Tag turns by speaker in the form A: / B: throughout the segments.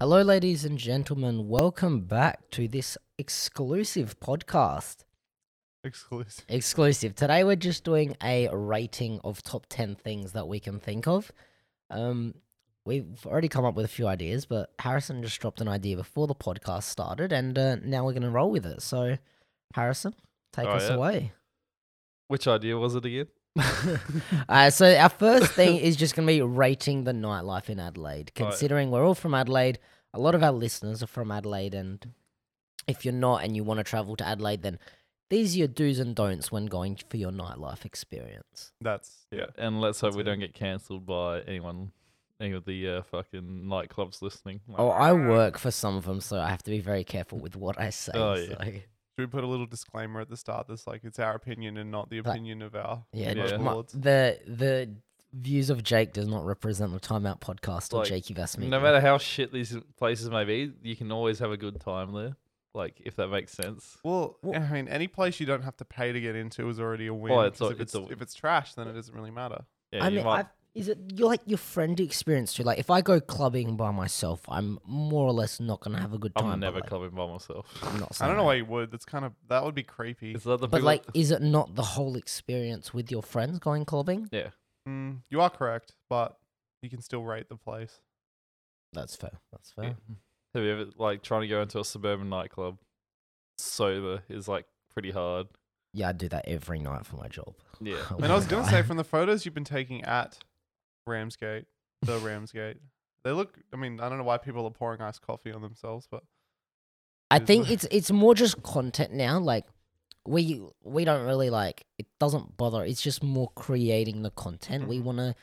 A: Hello, ladies and gentlemen. Welcome back to this exclusive podcast.
B: Exclusive.
A: Exclusive. Today, we're just doing a rating of top 10 things that we can think of. Um, we've already come up with a few ideas, but Harrison just dropped an idea before the podcast started, and uh, now we're going to roll with it. So, Harrison, take
B: Oh,
A: us
B: yeah.
A: away.
B: Which idea was it again?
A: Uh, so our first thing is just going to be rating the nightlife in Adelaide.
B: Right.
A: Considering we're all from Adelaide, a lot of our listeners are from Adelaide, and if you're not and you want to travel to Adelaide, then these are your do's and don'ts when going for your nightlife experience.
B: That's yeah.
C: And let's hope
B: That's
C: we
B: it.
C: don't get cancelled by anyone, any of the uh, fucking nightclubs listening. Like,
A: Oh, I work for some of them, so I have to be very careful with what I say.
C: Oh, yeah.
A: so-
B: Should we put a little disclaimer at the start that's like it's our opinion and not the
A: That-
B: opinion of our
A: yeah,
C: Yeah.
A: my-
B: lords?
A: the the views of Jake does not represent the timeout podcast or
C: Like,
A: Jakey Vasmedia.
C: no matter how shit these places may be, you can always have a good time there. Like, if that makes sense.
B: Well,
A: Well-
B: I mean, any place you don't have to pay to get into is already a win.
C: Well, it's
B: 'cause
C: a-
B: if
C: it's
B: it's,
C: a
B: if it's trash, then it doesn't really matter.
C: Yeah,
A: I
C: you
A: mean,
C: might-
A: I've, is it your- like your friend experience too? Like, if I go clubbing by myself, I'm more or less not gonna have a good
C: I'm
A: time. but,
C: never
A: like,
C: clubbing by myself.
A: I'm not
B: I
A: saying
B: don't know
A: that.
B: why you would. That's kind of that would be creepy.
C: Is that the
A: But
C: people-
A: like, is it not the whole experience with your friends going clubbing?
C: yeah,
B: Mm, you are correct, but you can still rate the place.
A: That's fair. That's fair.
C: yeah. Have you ever like trying to go into a suburban nightclub sober is like pretty hard.
A: Yeah, I do that every night for my job.
C: Yeah.
A: Oh
B: And I was
A: my
B: gonna
A: God.
B: say from the photos you've been taking at Ramsgate, the Ramsgate, they look. I mean, I don't know why people are pouring iced coffee on themselves, but
A: I
B: is
A: think
B: the-
A: it's it's more just content now. Like, we we don't really like it. Doesn't bother. It's just more creating the content. We
C: Mm-hmm.
B: Mhm.
A: want to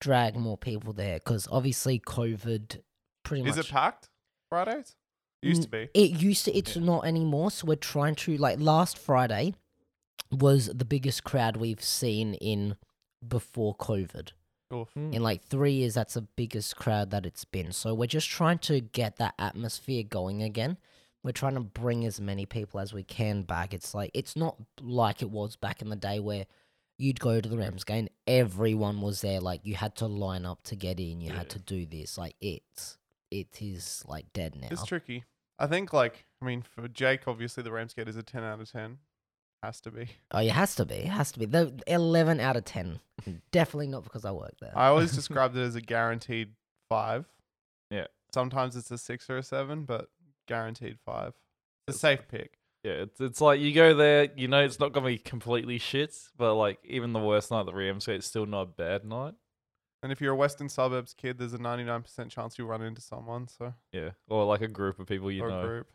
A: drag more people there because obviously COVID pretty much Mm.
B: is it packed Fridays? Used to be.
A: It used to. It's not anymore. So we're trying to like last Friday was the biggest crowd we've seen in before COVID.
B: Oof.
A: In like three years, that's the biggest crowd that it's been. So we're just trying to get that atmosphere going again. We're trying to bring as many people as we can back. It's like it's not like it was back in the day where you'd go to the Rams game, everyone was there. Like you had to line up to get in. You had
C: Yeah.
A: to do this. Like it's it is like dead now.
B: It's tricky. I think, like, I mean, for Jake, obviously the Ramsgate is a 10 out of 10. Has to be.
A: Oh, it has to be. It has to be. The eleven out of ten. Definitely not because I work there.
B: I always described it as a guaranteed five.
C: Yeah.
B: Sometimes it's a six or a seven, but guaranteed five. It's a
C: That's
B: safe pick.
C: Yeah, it's, it's like you go there, you know it's not gonna be completely shit, but like even the worst night at the Rams, it's still not a bad night.
B: And if you're a Western suburbs kid, there's a 99% chance you'll run into someone. So,
C: Yeah, or like a group of people you
B: or a
C: know.
B: group.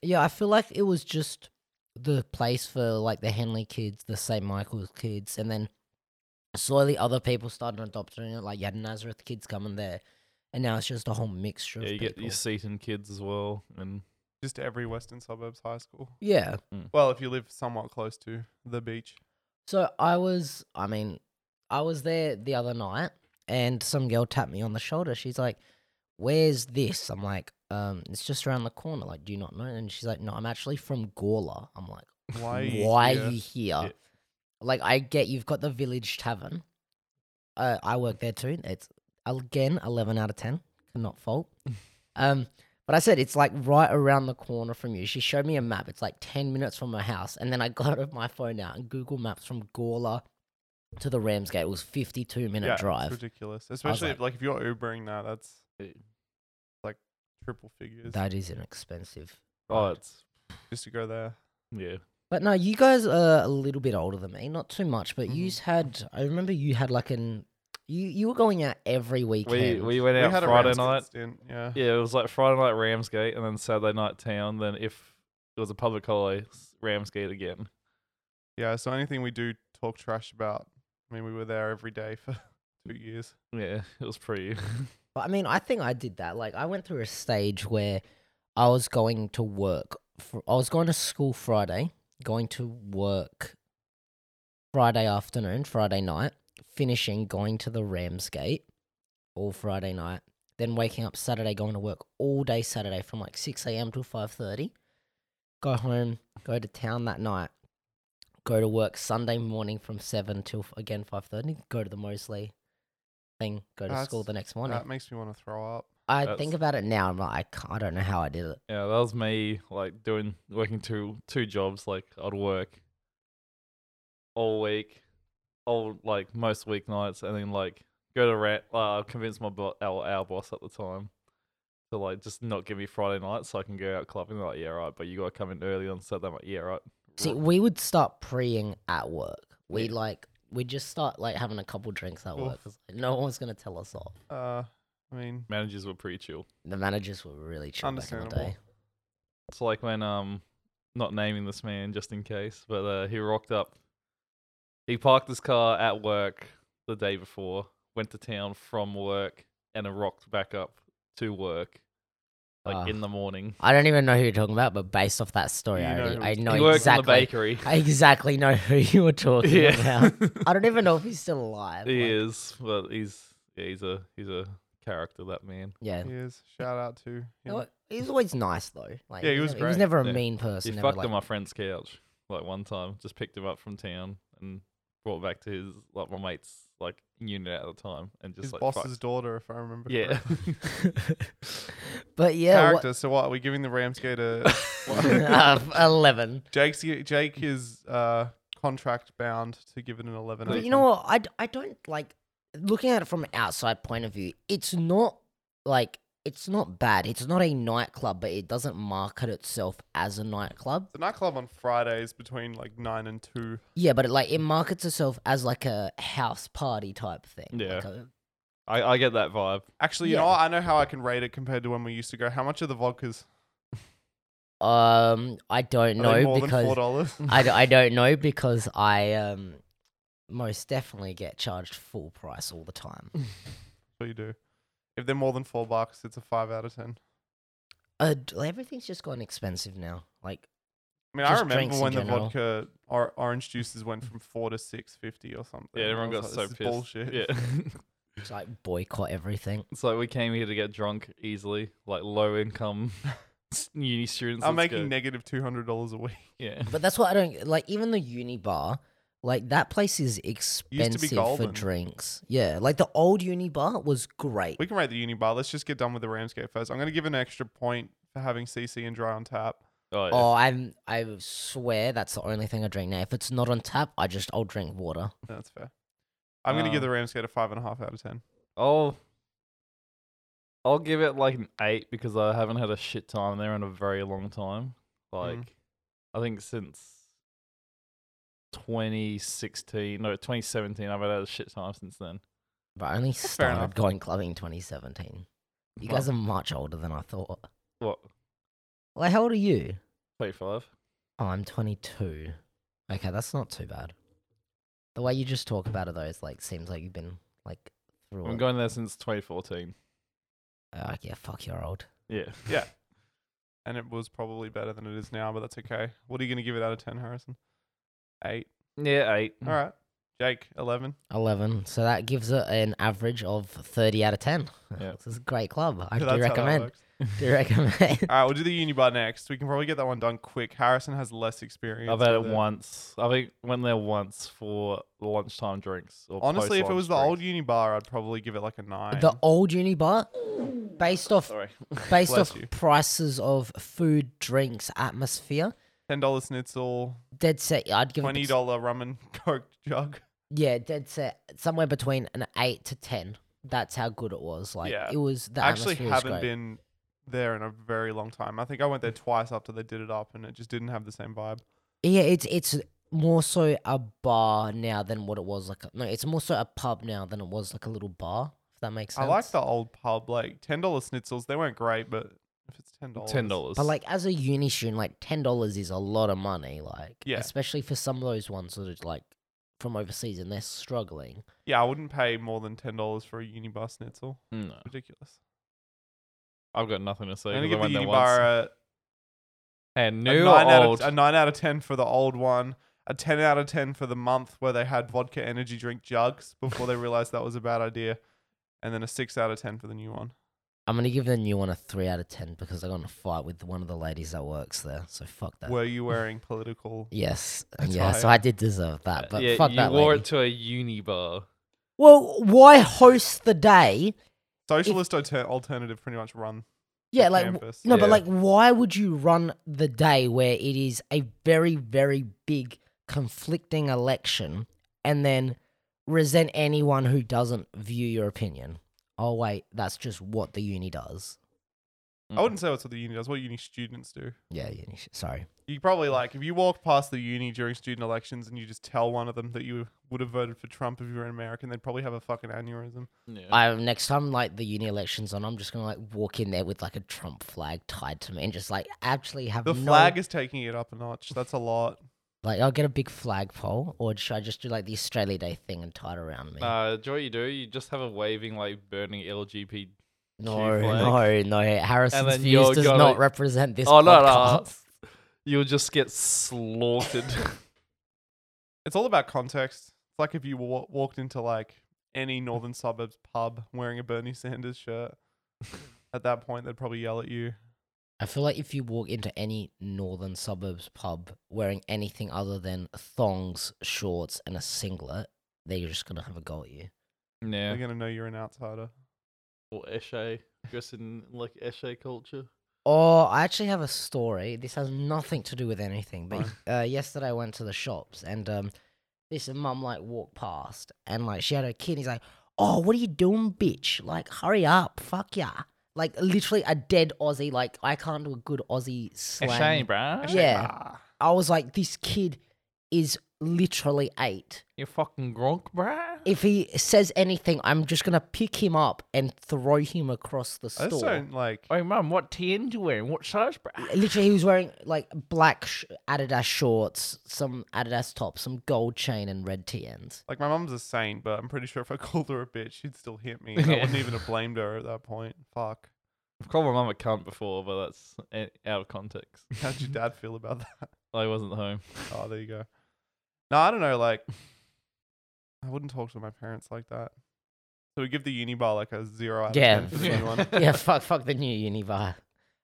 A: yeah, I feel like it was just the place for like the Henley kids, the St. Michael's kids, and then slowly other people started adopting it. Like you had Nazareth kids coming there, and now it's just a whole mixture
C: Yeah,
A: of
C: you get
A: people.
C: your Seaton kids as well, and
B: Just every Western suburbs high school.
A: Yeah.
B: Well, if you live somewhat close to the beach.
A: So I was, I mean, I was there the other night and some girl tapped me on the shoulder. She's like, Where's this? I'm like, um, It's just around the corner. Like, do you not know? And she's like, No, I'm actually from Gawler. I'm like,
B: Why?
A: Why
B: here?
A: are you here?
C: Yeah.
A: Like, I get you've got the Village Tavern. Uh, I work there too. It's again 11 out of 10. Cannot fault. um, but I said it's like right around the corner from you. She showed me a map. It's like 10 minutes from her house. And then I got my phone out and Google Maps from Gawler to the Ramsgate. It was 52 minute
B: Yeah, It's
A: drive.
B: ridiculous. Especially
A: like-
B: if, like, if you're Ubering now, that's
C: it-
B: like triple figures
A: That is inexpensive. Right.
C: oh, it's
B: just to go there.
C: yeah.
A: But no, you guys are a little bit older than me, not too much, but
B: Mhm.
A: you's
C: Mm-hmm.
A: had I remember you had like an you you were going out every weekend.
C: We we went
B: We
C: out
B: had a E
C: Friday
B: Ramsgate
C: night.
B: stint, yeah.
C: Yeah, it was like Friday night Ramsgate, and then Saturday night town. Then if it was a public holiday, s- Ramsgate again.
B: Yeah, so anything we do talk trash about, I mean, we were there every day for two years.
C: Yeah, it was pretty.
A: But I mean, I think I did that. Like, I went through a stage where I was going to work. Fr- I was going to school Friday, going to work Friday afternoon, Friday night, finishing, going to the Ramsgate all Friday night, then waking up Saturday, going to work all day Saturday from like six a.m. till five thirty. Go home, go to town that night, go to work Sunday morning from seven till f- again five thirty. Go to the Mosley thing, go to school
B: That's-
A: the next morning.
B: That makes me want to throw up.
A: I
C: That's-
A: think about it now. I'm like, I, can't, I don't know how I did it.
C: Yeah, that was me like doing working two two jobs. Like I'd work all week, all like most weeknights, and then like go to rent. Uh, I convinced my bo- our, our boss at the time to like just not give me Friday night so I can go out clubbing. They're like, yeah, right, but you gotta come in early on Saturday. I'm like, yeah, right.
A: See, we would start preying at work. We like we just start like having a couple drinks at
B: Oof.
A: work. 'cause, like, no one was gonna tell us off.
B: Uh, I mean,
C: Managers were pretty chill.
A: The managers were really chill back in the
B: Understandable.
A: day.
C: It's like when um, not naming this man just in case, but uh, he rocked up. He parked his car at work the day before, went to town from work, and then rocked back up to work, like
A: Ah.
C: in the morning.
A: I don't even know who you're talking about, but based off that story,
B: You
A: I,
B: know
A: already,
B: who
A: I
B: it's-
A: know
C: he worked in the
A: exactly.
C: bakery.
A: I exactly know who you were talking
C: yeah,
A: about. I don't even know if he's still alive.
C: he
A: like-
C: is, but he's yeah, he's a he's a character that man.
A: Yeah.
B: he is. Shout out to him.
A: You know what? He's always nice though. Like,
B: Yeah, he
A: he's
B: was
A: never- He was
B: great.
A: never a
C: Yeah.
A: mean person.
C: he
A: never,
C: fucked
A: like,
C: on my friend's couch like one time. Just picked him up from town and brought back to his like my mate's like unit at the time, and just
B: His
C: like fucked
B: boss's daughter, if I remember.
C: Yeah.
B: correctly.
A: but yeah, what,
B: Character. So what? Are we giving the Ramsgate a? what?
A: uh, eleven.
B: Jake's Jake is uh contract bound to give it an eleven. out
A: But
B: of
A: you know
B: 10.
A: what? I, d- I don't like looking at it from an outside point of view. It's not like it's not bad. It's not a nightclub, but it doesn't market itself as a nightclub.
B: The nightclub on Fridays between like nine and two.
A: Yeah, but it, like it markets itself as like a house party type thing.
C: Yeah.
A: Like a-
C: I, I get that vibe.
B: Actually, you know
A: Yeah.
B: what? I know how I can rate it compared to when we used to go. How much are the vodkas?
A: um, I don't
B: Are
A: know
B: they more than four
A: because
B: dollars.
A: I, d- I don't know because I um most definitely get charged full price all the time.
B: Mm. what you do. If they're more than four bucks, it's a five out of ten.
A: Uh, d- everything's just gotten expensive now. Like
B: I mean, I
A: Just drinks
B: remember
A: in
B: when the
A: general.
B: vodka or orange juices went from four to six fifty or something.
C: Yeah, everyone
B: I
C: got
B: was
C: so
B: like, this is
C: pissed.
B: Bullshit.
C: Yeah,
A: it's like boycott everything.
C: it's like we came here to get drunk easily, like low income uni students.
B: I'm
C: let's
B: making
C: go.
B: negative two hundred dollars a week.
C: yeah.
A: But that's what I don't like. Even the uni bar, like that place is
B: be
A: expensive for
B: golden.
A: drinks. Yeah, like the old uni bar was great.
B: We can rate the uni bar. Let's just get done with the Ramsgate first. I'm going to give an extra point for having CC and dry on tap.
C: Oh, yeah.
A: Oh, I'm I swear that's the only thing I drink now. If it's not on tap, I just I'll drink water.
B: No, That's fair. I'm going to give
C: Uh,
B: the Ramsgate a five and a half out of ten.
C: I'll I'll give it like an eight because I haven't had a shit time there in a very long time.
B: Hmm.
C: Like I think since 2016, no 2017, I've had a shit time since then.
A: But I only
B: fair enough.
A: started going clubbing in 2017. You
C: Well-
A: guys are much older than I thought.
C: What
A: Like, how old are you?
C: 25?
A: Oh, I'm 22. Okay, that's not too bad. The way you just talk about it though, is like seems like you've been like through.
C: I'm
A: it.
C: going there since 2014.
A: Oh, yeah, fuck, you're old.
C: Yeah,
B: Yeah. And it was probably better than it is now, but that's okay. What are you going to give it out of ten, Harrison? Eight.
C: yeah, eight.
A: Hmm.
B: All right. Jake, eleven.
A: 11. So that gives it an average of 30 out of 10.
C: Yeah.
A: This is a great club. I
B: So
A: do
B: that's how that
A: recommend.
B: works.
A: Do recommend.
B: All right, we'll do the uni bar next. We can probably get that one done quick. Harrison has less experience.
C: I've had it
B: with
C: once. I think went there once for lunchtime drinks. Or
B: Honestly, if it
C: post-lunch
B: was the
C: drinks.
B: old uni bar, I'd probably give it like a nine.
A: the old uni bar, based off
C: sorry,
A: based
B: Bless
A: off
B: you.
A: prices of food, drinks, atmosphere,
B: Ten dollar schnitzel,
A: dead set. I'd give
B: twenty
A: it bet-
B: dollar rum and coke jug.
A: yeah, dead set somewhere between an 8 to 10. That's how good it was. Like
B: Yeah.
A: it was the
B: I actually
A: atmosphere was
B: haven't
A: great.
B: been there in a very long time. I think I went there twice after they did it up, and it just didn't have the same vibe.
A: Yeah, it's it's more so a bar now than what it was like. A, no, it's more so a pub now than it was like a little bar. If that makes sense.
B: I like the old pub, like ten dollar schnitzels. They weren't great, but if it's ten dollars,
C: ten dollars.
A: But like as a uni student, like ten dollars is a lot of money. Like
B: Yeah.
A: especially for some of those ones that are like from overseas and they're struggling.
B: Yeah, I wouldn't pay more than ten dollars for a uni bar schnitzel.
C: no,
B: Ridiculous.
C: Hmm. I've got nothing to say.
B: I'm gonna
C: 'cause I
B: give the
C: went there
B: uni
C: once.
B: bar a,
C: And
B: a
C: new
B: nine
C: or
B: out
C: old?
B: of, a nine out of ten for the old one. A ten out of ten for the month where they had vodka energy drink jugs before they realized that was a bad idea, and then a six out of ten for the new one.
A: I'm gonna give the new one a three out of ten because I got in a fight with one of the ladies that works there. So fuck that.
B: Were you wearing political?
A: yes,
B: That's
A: yeah. So
B: right.
A: I did deserve that, Ah, but
C: yeah,
A: fuck
C: you
A: that
C: wore
A: lady.
C: it to a uni bar.
A: Well, why host the day
B: Socialist alter- alternative pretty much run. the
A: Yeah, like w-
B: campus.
A: no, but
C: Yeah.
A: like, why would you run the day where it is a very, very big conflicting election, and then resent anyone who doesn't view your opinion? Oh wait, that's just what the uni does.
B: I wouldn't say that's what the uni does. What uni students do.
A: Yeah, uni. sh- Sorry.
B: You probably like if you walk past the uni during student elections and you just tell one of them that you would have voted for Trump if you were an American, they'd probably have a fucking aneurysm.
C: Yeah.
A: I next time like the uni elections on, I'm just gonna like walk in there with like a Trump flag tied to me and just like actually have
B: The
A: no,
B: flag is taking it up a notch. That's a lot.
A: Like I'll get a big flagpole, or should I just do like the Australia Day thing and tie it around me?
C: Nah, do you know what you do? You just have a waving, like burning LGBT.
A: no, no,
C: flag.
A: no. Harrison's
C: then
A: views
C: you're
A: does
C: gonna-
A: not represent this.
C: Oh, no, no.
A: podcast.
C: You'll just get slaughtered.
B: It's all about context. It's like if you wa- walked into like any northern suburbs pub wearing a Bernie Sanders shirt. At that point, they'd probably yell at you.
A: I feel like if you walk into any northern suburbs pub wearing anything other than thongs, shorts, and a singlet, they're just gonna have a go at you.
C: yeah.
B: They're gonna know you're an outsider.
C: Or Eshe. Dressed in like Eshe culture.
A: Oh, I actually have a story. This has nothing to do with anything, but uh, yesterday I went to the shops and um, this mum like walked past and like she had her kid. And he's like, "Oh, what are you doing, bitch? Like, hurry up, fuck ya!" Like literally a dead Aussie. Like I can't do a good Aussie slang.
C: Eshe, bruh.
B: Eshe,
A: Yeah.
B: bah.
A: I was like, this kid is literally eight.
C: You fucking gronk, bruh.
A: If he says anything, I'm just gonna pick him up and throw him across the
B: I just
A: store.
B: don't like.
C: Hey, mum, what tin you wearing? What size, bruh?
A: Literally, he was wearing like black sh- Adidas shorts, some Adidas top, some gold chain, and red TNs.
B: Like my mum's a saint, but I'm pretty sure if I called her a bitch, she'd still hit me. and I
C: Yeah.
B: wouldn't even have blamed her at that point. Fuck.
C: I've called my mum a cunt before, but that's a- out of context.
B: How'd your dad feel about that?
C: I wasn't home.
B: Oh, there you go. No, I don't know. Like, I wouldn't talk to my parents like that. So we give the uni bar like a zero out of
A: Yeah.
B: ten for anyone.
A: yeah, fuck, fuck the new uni bar.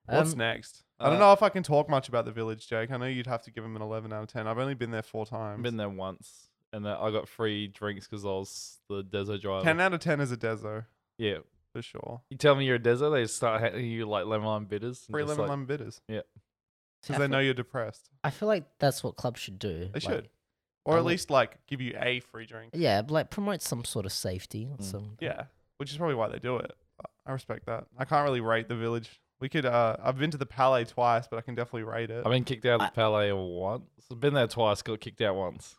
B: What's
A: Um,
B: next? I don't
C: uh,
B: know if I can talk much about the village, Jake. I know you'd have to give them an eleven out of ten. I've only been there four
C: I've
B: times.
C: been there once, and then I got free drinks because I was the Dezo driver.
B: ten out of ten is a deso
C: yeah.
B: for sure.
C: You tell me you're a Dezo, they start handing you like lemon lime bitters. and
B: Free
C: just,
B: lemon
C: like,
B: lime bitters
A: I
B: because they
A: feel-
B: know you're depressed,
A: I feel like that's what clubs should do.
B: They
A: like-
B: should. or
A: I
B: at
A: would-
B: least like give you a free drink.
A: Yeah, like promote some sort of safety.
C: Mm.
A: Some
B: Yeah, which is probably why they do it. But I respect that. I can't really rate the village. We could. Uh, I've been to the Palais twice, but I can definitely rate it.
C: I've been kicked out of
A: I-
C: the Palais once. I've been there twice, got kicked out once.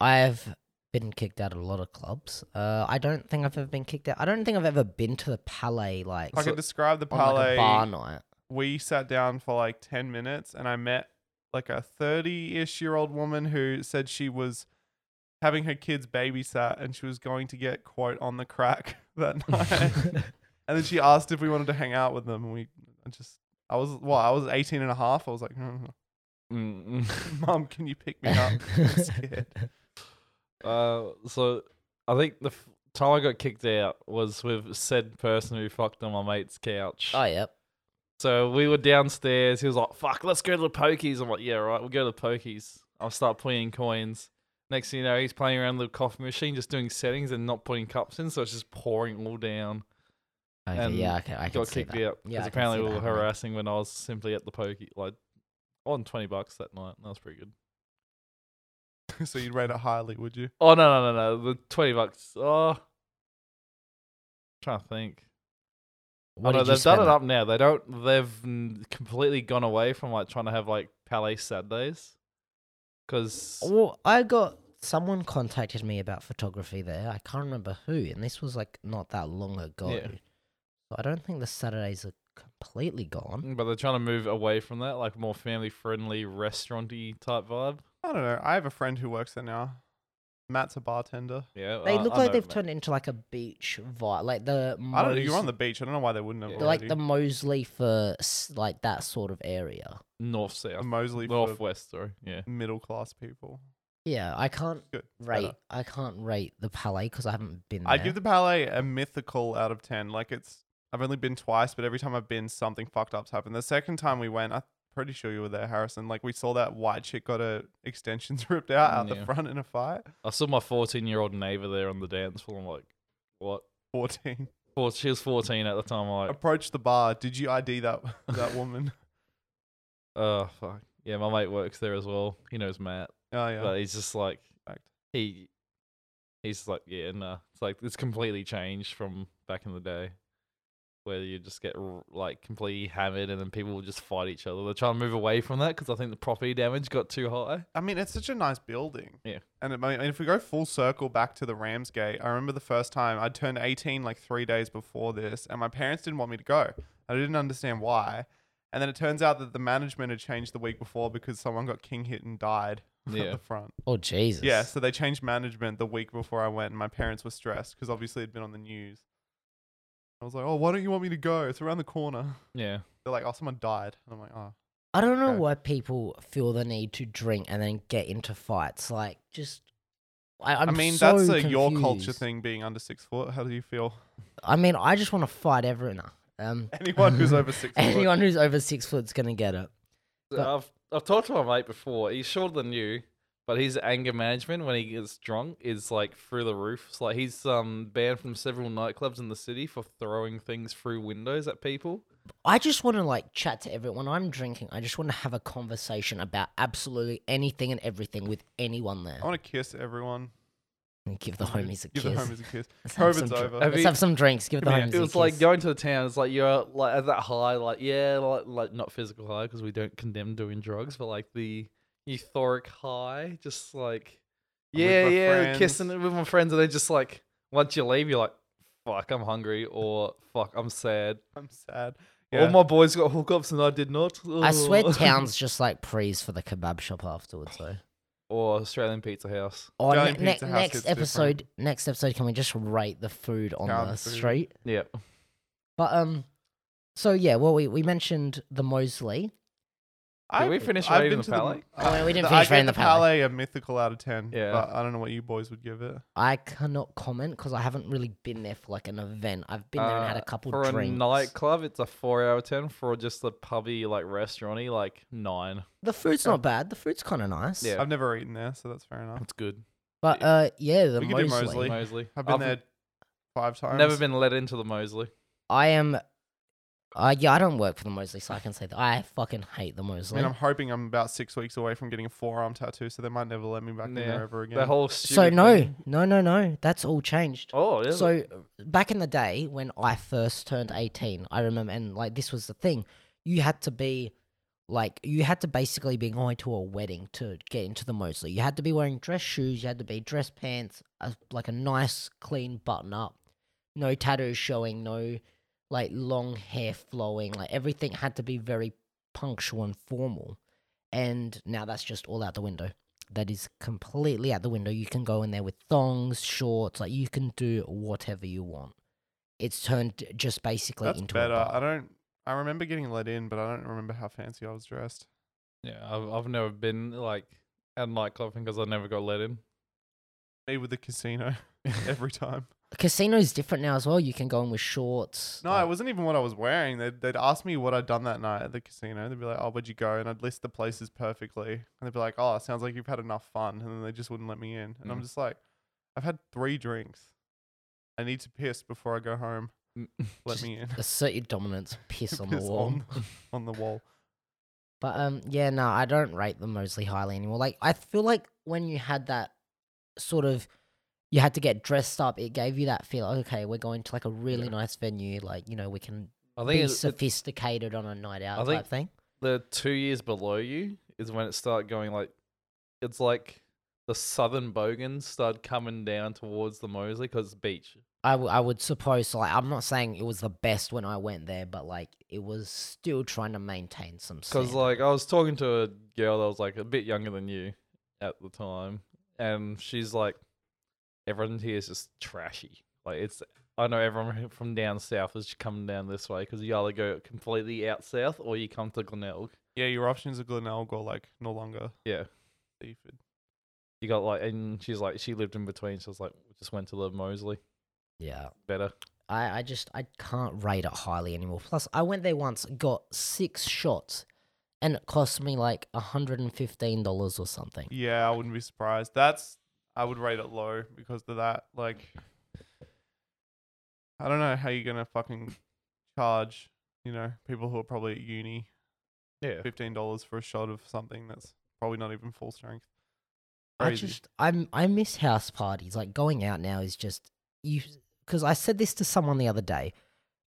A: I've been kicked out of a lot of clubs. Uh, I don't think I've ever been kicked out. I don't think I've ever been to the Palais like
B: I
A: on
B: could describe the
A: like
B: Palais.
A: a bar night.
B: we sat down for like 10 minutes and I met like a 30 ish year old woman who said she was having her kids babysat and she was going to get, quote, on the crack that night. and then she asked if we wanted to hang out with them. And we I just, I was, well, I was 18 and a half. I was like, "Mm,
C: Mm, mm.
B: Mom, can you pick me up? I'm scared.
C: Uh, so I think the f- time I got kicked out was with said person who fucked on my mate's couch.
A: oh yep.
C: So we were downstairs. He was like, "Fuck, let's go to the pokies." I'm like, "Yeah, right. We'll go to the pokies. I'll start putting in coins." Next thing you know, he's playing around with the coffee machine, just doing settings and not putting cups in, so it's just pouring all down.
A: Okay,
C: And
A: yeah, okay, I can
C: got
A: see
C: kicked
A: that.
C: out
A: Yeah, I can
C: because
A: see
C: apparently we
A: that
C: were
A: happening.
C: harassing when I was simply at the pokey. Like, on twenty bucks that night. That was pretty good.
B: so you'd rate it highly, would you?
C: Oh no no no no! The twenty bucks. Oh, trying to think. Oh,
A: What did
C: no,
A: you
C: they've done
A: spend
C: it
A: on-
C: up now. They don't. They've mm, completely gone away from like trying to have like Palais Saturdays, because
A: Well, I got someone contacted me about photography there. I can't remember who, and this was like not that long ago.
C: Yeah.
A: So I don't think the Saturdays are completely gone.
C: but they're trying to move away from that, like more family friendly restauranty type vibe.
B: I don't know. I have a friend who works there now. Matt's a bartender.
C: Yeah,
A: They
B: uh,
C: I-
A: look
C: I
A: like
C: know
A: they've
C: that.
A: turned it into like a beach vibe, like the
B: I don't know. You're on
A: Mos-
B: the beach. I don't know why they wouldn't have.
C: Yeah.
A: the, like the
B: already.
A: Mosley for s- like that sort of area.
C: north
B: the
C: south,
B: Mosley for
C: northwest. Sorry, yeah.
B: middle class people.
A: Yeah, I can't
B: Good. it's
A: rate.
B: better.
A: I can't rate the Palais because I haven't been there.
B: I'd give the ballet a mythical out of 10. Like it's, I've only been twice, but every time I've been, something fucked up's happened. The second time we went, I'm pretty sure you were there, Harrison. Like we saw that white chick got her extensions ripped out out
C: Yeah.
B: the front in a fight.
C: I saw my fourteen year old neighbor there on the dance floor. I'm like, what?
B: 14.
C: Well, she was 14 at the time. I'm like,
B: Approached the bar. Did you ID that that woman?
C: oh, fuck. Yeah, my mate works there as well. He knows Matt.
B: Oh yeah.
C: But he's just like,
B: Fact.
C: he, he's just like, yeah, nah. It's like, it's completely changed from back in the day where you just get r- like completely hammered and then people will just fight each other. They're trying to move away from that because I think the property damage got too high.
B: I mean, it's such a nice building.
C: Yeah.
B: And it, I mean, if we go full circle back to the Ramsgate, I remember the first time I turned 18 like three days before this, and my parents didn't want me to go. I didn't understand why. And then it turns out that the management had changed the week before because someone got king hit and died at
C: Yeah.
B: the front.
A: Oh Jesus.
B: Yeah. So they changed management the week before I went, and my parents were stressed because obviously it'd been on the news. I was like, oh, why don't you want me to go? It's around the corner.
C: Yeah.
B: They're like, oh, someone died. And I'm like, oh.
A: I don't know
B: Okay.
A: why people feel the need to drink and then get into fights. Like, just I, I'm
B: i mean,
A: so
B: that's a your culture
A: confused.
B: thing being under six foot. How do you feel?
A: I mean, I just want to fight everyone. nah. Um,
B: Anyone who's over six foot.
A: anyone who's over six foot's gonna get it.
C: So
A: But-
C: I've I've talked to my mate before. He's shorter than you, but his anger management when he gets drunk is like through the roof. It's like he's um banned from several nightclubs in the city for throwing things through windows at people.
A: I just want to like chat to everyone. When I'm drinking. I just want to have a conversation about absolutely anything and everything with anyone there.
B: I want to kiss everyone.
A: And give the homies a kiss.
B: Give the homies a kiss.
A: Let's have some
B: COVID's
A: dr-
B: over.
C: Have
A: Let's
C: you-
A: have some drinks. Give the
B: Come here.
A: homies
C: It
A: a
C: was like
A: kiss.
C: going to the town. It's like you're like at that high, like yeah, like like not physical high because we don't condemn doing drugs, but like the euphoric high, just like
B: I'm with
C: yeah,
B: my
C: yeah,
B: friends.
C: kissing it with my friends, and they just like once you leave, you're like fuck, I'm hungry or fuck, I'm sad.
B: I'm sad.
C: All my boys got hookups and I did not.
A: I swear,
C: Ugh.
A: town's just like prees for the kebab shop afterwards, though.
C: or Australian Pizza House.
A: Oh,
B: Going
A: ne- ne-
B: pizza house
A: next
B: hits different.
A: episode. Next episode, can we just rate the food on
B: Down
A: the
B: the food.
A: street?
C: Yeah.
A: But um, so yeah, well, we, we mentioned the Mosley.
B: I've-
C: we finish
B: I've
C: raiding
B: been
C: the
B: to the-
C: Palais?
A: Oh, wait, we didn't
B: I
A: finish
B: gave
A: raiding the Palais.
B: a mythical out of ten.
C: Yeah.
B: But I don't know what you boys would give it.
A: I cannot comment because I haven't really been there for like an event. I've been there and had
C: Uh,
A: a couple
C: For
A: drinks.
C: a nightclub, it's a four out of ten. For just the pubby like restauranty, like nine.
A: The food's not bad. The food's kind of nice.
C: Yeah.
B: I've never eaten there, so that's fair enough.
C: That's good.
A: But uh, yeah, the
B: We could do
A: Mosley.
B: Mosley.
C: Mosley.
B: I've been there five times.
C: Never been let into the Mosley.
A: I am. Uh, yeah, I don't work for the Mosley, so I can say that I fucking hate the
B: I
A: Mosley.
B: mean, I'm hoping I'm about six weeks away from getting a forearm tattoo, so they might never let me back in
C: Yeah.
B: there ever again.
C: The whole
A: so
C: stupid
A: no,
C: thing.
A: no, no, no. That's all changed.
C: Oh, yeah.
A: So back in the day when I first turned 18, I remember, and like this was the thing, you had to be like, you had to basically be going to a wedding to get into the Mosley. You had to be wearing dress shoes, you had to be dress pants, a, like a nice clean button up, no tattoos showing, no like long hair flowing, like everything had to be very punctual and formal. And now that's just all out the window that is completely out the window. You can go in there with thongs, shorts, like you can do whatever you want. It's turned just basically
B: that's
A: into
B: better.
A: a
B: I
A: bar.
B: don't. I remember getting let in, but I don't remember how fancy I was dressed.
C: yeah, I've, I've never been like at a nightclub because I never got let in.
B: Me with the casino every time.
A: Casino's different now as well. You can go in with shorts.
B: No, it
A: like-
B: wasn't even what I was wearing. They'd, they'd ask me what I'd done that night at the casino. They'd be like, oh, where'd you go? And I'd list the places perfectly. And they'd be like, oh, it sounds like you've had enough fun. And then they just wouldn't let me in. And I'm
C: Mm.
B: just like, I've had three drinks. I need to piss before I go home.
A: Mm.
B: Let
A: Just
B: me in.
A: assert your dominance, piss on the
B: Piss
A: wall.
B: on, on the wall.
A: But um, yeah, no, I don't rate them Mosley highly anymore. Like I feel like when you had that sort of, you had to get dressed up. It gave you that feel. Okay, we're going to like a really
C: Yeah.
A: nice venue. Like you know, we can
C: I think
A: be
C: it's, it-
A: sophisticated on a night out
C: I think-
A: type thing.
C: the two years below you is when it started going like it's like the southern bogans started coming down towards the Mosley because it's beach.
A: I, w- I would suppose so, like I'm not saying it was the best when I went there, but like it was still trying to maintain some.
C: Because
A: standard.
C: like I was talking to a girl that was like a bit younger than you at the time, and she's like, everyone here is just trashy. Like it's I know everyone who- from down south is coming down this way because you either go completely out south or you come to Glenelg.
B: Yeah, your options are Glenelg or like no longer
C: Yeah.
B: Seaford.
C: You got like, and she's like, she lived in between. So I was like, just went to the Mosley,
A: yeah,
C: better.
A: I, I just I can't rate it highly anymore. Plus, I went there once, got six shots, and it cost me like hundred and fifteen dollars or something.
B: Yeah, I wouldn't be surprised. That's I would rate it low because of that. Like, I don't know how you're gonna fucking charge, you know, people who are probably at uni
C: Yeah.
B: fifteen dollars for a shot of something that's probably not even full strength.
A: I
B: Crazy.
A: just I'm I miss house parties. Like going out now is just you because I said this to someone the other day.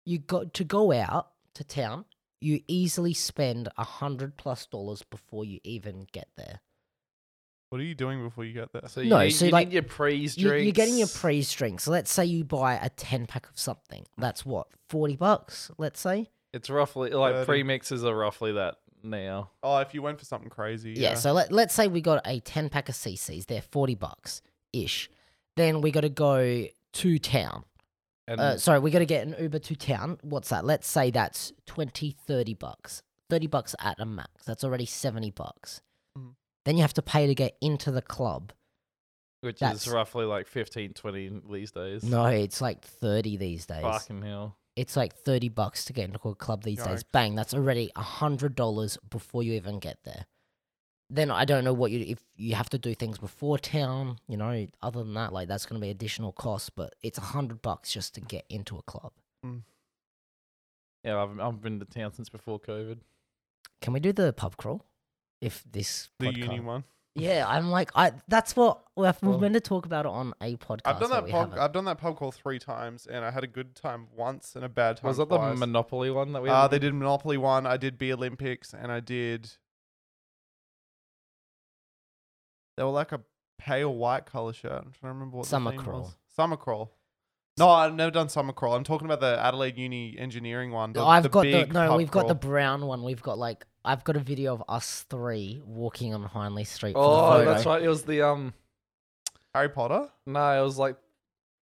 A: You got to go out to town. You easily spend a hundred plus dollars before you even get there.
B: What are you doing before you get there?
C: So you
A: No,
C: need,
A: so,
C: you
A: like,
C: need your pre's
A: You,
C: drinks.
A: you're getting your praise drink. So let's say you buy a ten pack of something. That's what forty bucks. Let's say.
C: It's roughly like
B: Thirty.
C: pre mixes are roughly that now.
B: Oh, if you went for something crazy,
A: Yeah. so let, let's say we got a 10 pack of CCs. They're 40 bucks ish. Then we got to go to town.
C: And
A: Uh, sorry, we got to get an Uber to town. What's that? Let's say that's 20, 30 bucks. 30 bucks at a max. That's already 70 bucks.
B: Mhm.
A: Then you have to pay to get into the club.
C: which
A: that's-
C: is roughly like 15, 20 these days.
A: No, it's like 30 these days.
C: Fucking hell.
A: It's like 30 bucks to get into a club these days.
B: Yikes.
A: Bang, that's already $100 before you even get there. Then I don't know what you if you have to do things before town, you know, other than that like that's going to be additional cost, but it's 100 bucks just to get into a club.
C: Yeah, I've, I've been to town since before COVID.
A: Can we do the pub crawl? If this
B: the
A: podcast-
B: uni one.
A: Yeah, I'm like I that's what we're, we're
C: Well-
A: meant to talk about it on a podcast.
B: I've
A: but
B: done that.
A: we
B: Pub,
A: haven't.
B: I've done that pub call three times, and I had a good time once and a bad time.
C: Was that the
B: twice.
C: Monopoly one that we
A: Ah,
B: Uh,
C: had?
B: they did Monopoly one. I did Bee Olympics, and I did. They were like a pale white color shirt. I'm trying to remember what
A: Summer
B: the theme
A: crawl.
B: was. Summer crawl. No, I've never done summer crawl. I'm talking about the Adelaide Uni engineering one. the-
A: I've
B: the
A: got the
B: big
A: no,
B: pub
A: we've got the
B: crawl.
A: brown one. We've got like I've got a video of us three walking on Hindley Street. for the
C: Oh,
A: photo.
C: that's right. It was the um.
B: Harry Potter.
C: No, it was like,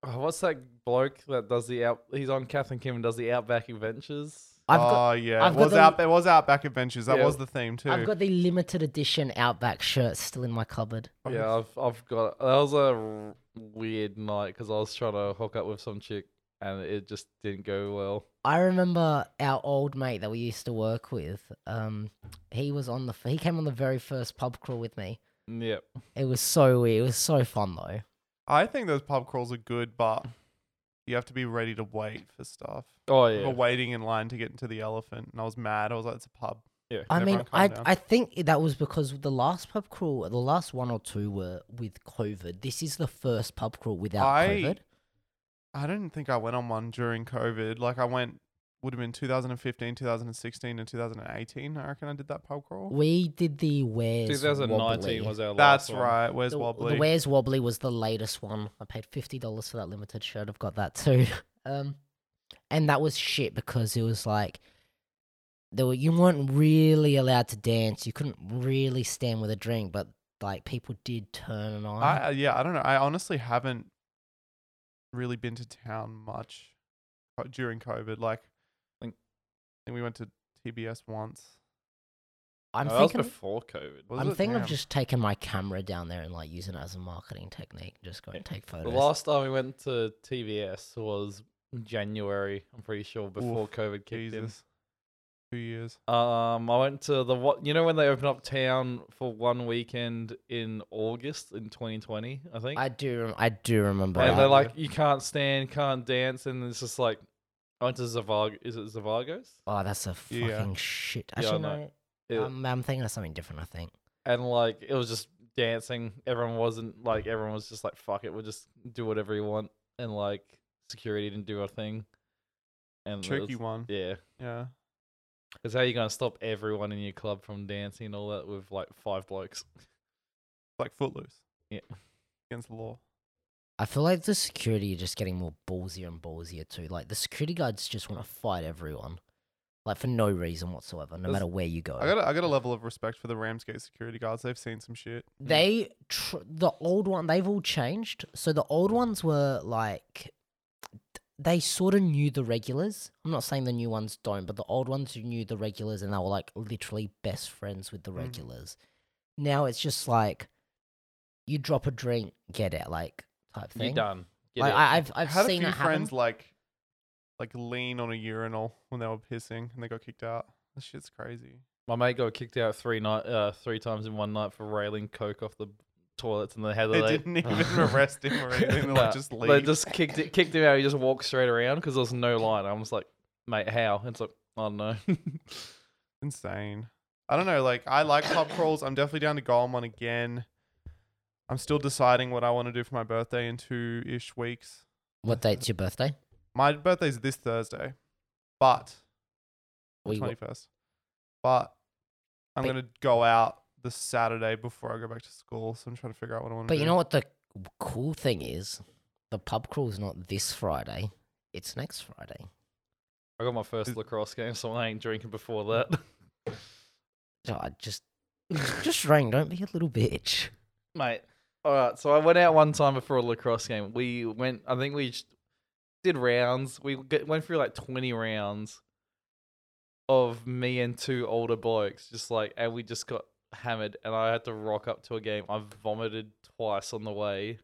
C: oh, what's that bloke that does the out? He's on Kath and Kim and does the Outback Adventures.
A: I've
B: oh
A: got
B: yeah,
A: I've
B: it
A: got
B: was
A: the-
B: out. It was Outback Adventures. That
C: Yeah.
B: was the theme too.
A: I've got the limited edition Outback shirt still in my cupboard.
C: Yeah, I've I've got. That was a r- weird night because I was trying to hook up with some chick and it just didn't go well.
A: I remember our old mate that we used to work with. Um, he was on the f- he came on the very first pub crawl with me.
C: Yep.
A: It was so weird. It was so fun though.
B: I think those pub crawls are good, but you have to be ready to wait for stuff.
C: Oh
B: We
C: yeah.
B: We're waiting in line to get into the elephant, and I was mad. I was like, "It's a pub."
C: yeah.
A: I
B: Never
A: mean,
B: mind, calm
A: I
B: down.
A: I think that was because the last pub crawl, the last one or two were with COVID. This is the first pub crawl without
B: I-
A: COVID.
B: I don't think I went on one during COVID. Like I went would have been 2015, 2016, and 2018. I reckon I did that pub crawl.
A: We did the where's
C: 2019
A: wobbly.
C: was our last.
B: That's
C: one.
B: right. Where's
A: the,
B: Wobbly?
A: The Where's Wobbly was the latest one. I paid fifty dollars for that limited shirt. I've got that too. Um, and that was shit because it was like there were you weren't really allowed to dance. You couldn't really stand with a drink, but like people did turn an
B: I
A: eye.
B: uh, yeah. I don't know. I honestly haven't really been to town much uh, during COVID. Like, I think,
C: Think-
B: I think we went to TBS once.
A: I, am
C: No, that was
A: thinking. of-
C: before COVID.
B: Was
A: I'm
B: it?
A: thinking
B: Damn.
A: of just taking my camera down there and like using it as a marketing technique. Just go and take
C: The
A: photos.
C: last time we went to TVS was January. I'm pretty sure before COVID kicked in.
B: Jesus. Two years.
C: Um, I went to the what you know when they open up town for one weekend in August in 2020, I think.
A: I do. rem- I do remember.
C: and
A: that.
C: they're like, you can't stand, can't dance, and it's just like, I went to Zavago. Is it Zavago's?
A: oh, that's a fucking
B: Yeah.
A: shit.
C: Yeah, I
A: Actually,
C: know.
A: no.
C: It-
A: Um, I'm thinking of something different. I think.
C: and like it was just dancing. Everyone wasn't like everyone was just like, fuck it, we'll just do whatever you want. And like security didn't do a thing. And it
B: Tricky
C: was-
B: one.
C: Yeah,
B: Yeah.
C: because how you gonna stop everyone in your club from dancing and all that with like five blokes?
B: Like Footloose.
C: Yeah.
B: Against the law.
A: I feel like the security are just getting more ballsier and ballsier too. Like the security guards just want to fight everyone, like for no reason whatsoever, no
B: There's-
A: matter where you go.
B: I got a, I got a level of respect for the Ramsgate security guards. They've seen some shit.
A: they tr- the old one they've all changed. So the old ones were like they sort of knew the regulars. I'm not saying the new ones don't, but the old ones knew the regulars and they were like literally best friends with the
C: Hmm.
B: Mhm.
A: regulars. Now it's just like you drop a drink, get it, like type thing.
C: You're done. Get
A: Like,
C: it.
A: I, I've I've
B: had
A: seen
B: a few
A: it happen.
B: friends like like lean on a urinal when they were pissing and they got kicked out. This shit's crazy.
C: My mate got kicked out three night, uh, three times in one night for railing coke off the toilets and they had
B: They
C: like-
B: didn't even arrest him or anything. They
C: Nah,
B: like, just leave.
C: They just kicked it, kicked him out. He just walked straight around because there was no line. I was like, mate, how? It's like, I don't know.
B: insane. I don't know. Like I like pub crawls. I'm definitely down to go on one again. I'm still deciding what I want to do for my birthday in two ish weeks.
A: What date's your birthday?
B: My birthday's this Thursday, but
A: We,
B: twenty first. But I'm
A: But-
B: gonna go out the Saturday before I go back to school. So I'm trying to figure out what I want to do.
A: but you know what the cool thing is? The pub crawl's not this Friday. It's next Friday.
C: I got my first lacrosse game, so I ain't drinking before that.
A: So I just just drink. Don't be a little bitch.
C: mate. All right, so I went out one time before a lacrosse game. We went, I think we j- did rounds. We g went through like twenty rounds of me and two older blokes, just like, and we just got hammered. And I had to rock up to a game. I vomited twice on the way,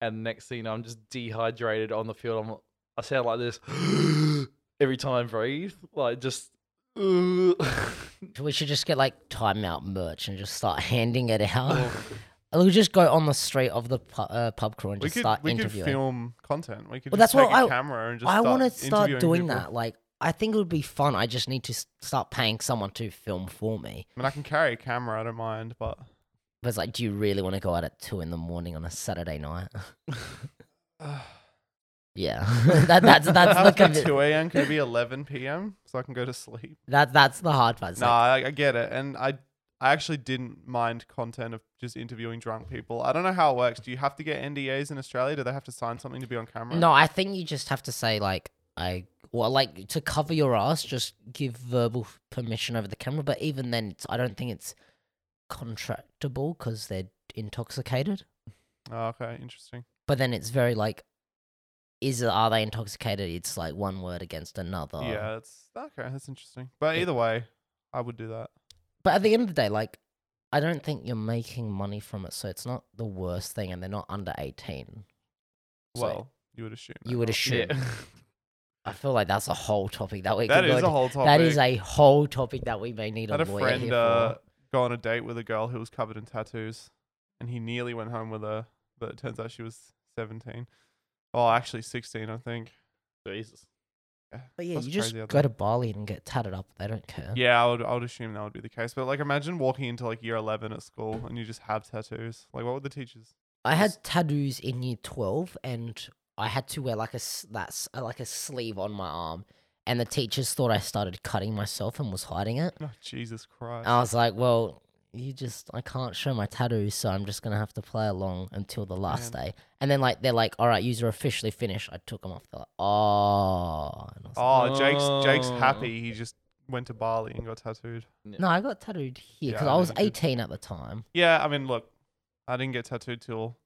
C: and next thing you know, I'm just dehydrated on the field. I'm, I sound like this every time I breathe, like just.
A: We should just get like timeout merch and just start handing it out. we'll just go on the street of the pu- uh, pub crawl and
B: we
A: just
B: could
A: start
B: we could
A: interviewing.
B: film content. We could
A: Well,
B: just
A: that's what
B: take a
A: I-
B: camera and just.
A: I
B: want to
A: start doing that. Like, I think it would be fun. I just need to s- start paying someone to film for me.
B: I mean, I can carry a camera. I don't mind, but
A: But it's like, do you really want to go out at two in the morning on a Saturday night? yeah, that, that's that's the
B: that could be
A: convi-
B: two a.m. Could it be eleven p.m. so I can go to sleep?
A: that that's the hard part. It's
B: No,
A: like,
B: I, I get it, and I I actually didn't mind content of just interviewing drunk people. I don't know how it works. Do you have to get NDAs in Australia? Do they have to sign something to be on camera?
A: no, I think you just have to say like I well like to cover your ass, just give verbal f- permission over the camera. But even then, it's, I don't think it's contractable because they're intoxicated.
B: Oh, okay, interesting.
A: But then it's very like. Is are they intoxicated? It's like one word against another.
B: yeah, it's okay. That's interesting. But either way, I would do that.
A: But at the end of the day, like, I don't think you're making money from it, so it's not the worst thing, and they're not under 18. So
B: Well, you would assume.
A: you would assume.
C: Yeah.
A: I feel like that's a whole topic that we
B: that
A: could
B: is
A: go
B: a whole topic.
A: That is a whole topic that we may need
B: I had
A: a
B: a
A: lawyer
B: friend
A: here
B: uh,
A: for.
B: go on a date with a girl who was covered in tattoos, and he nearly went home with her, but it turns out she was seventeen. Oh, actually sixteen, I think.
C: Jesus.
A: But yeah,
B: that's
A: you just
B: crazy, I
A: go
B: think.
A: to Bali and get tatted up. They don't care.
B: Yeah, I would, I would assume that would be the case. But like, imagine walking into like year eleven at school and you just have tattoos. Like, what would the teachers?
A: I had tattoos in year 12, and I had to wear like a, s- that's, uh, like a sleeve on my arm, and the teachers thought I started cutting myself and was hiding it.
B: Oh, Jesus Christ!
A: I was like, well, you just, I can't show my tattoos, so I'm just going to have to play along until the last day. And then, like, they're like, all right, yous are officially finished. I took them off. They're like, oh. And I was like,
B: oh, Jake's Jake's
C: Oh.
B: happy. He just went to Bali and got tattooed.
A: no, I got tattooed here because
B: Yeah, I
A: I
B: know
A: was
B: you did.
A: 18 at the time.
B: Yeah, I mean, look, I didn't get tattooed till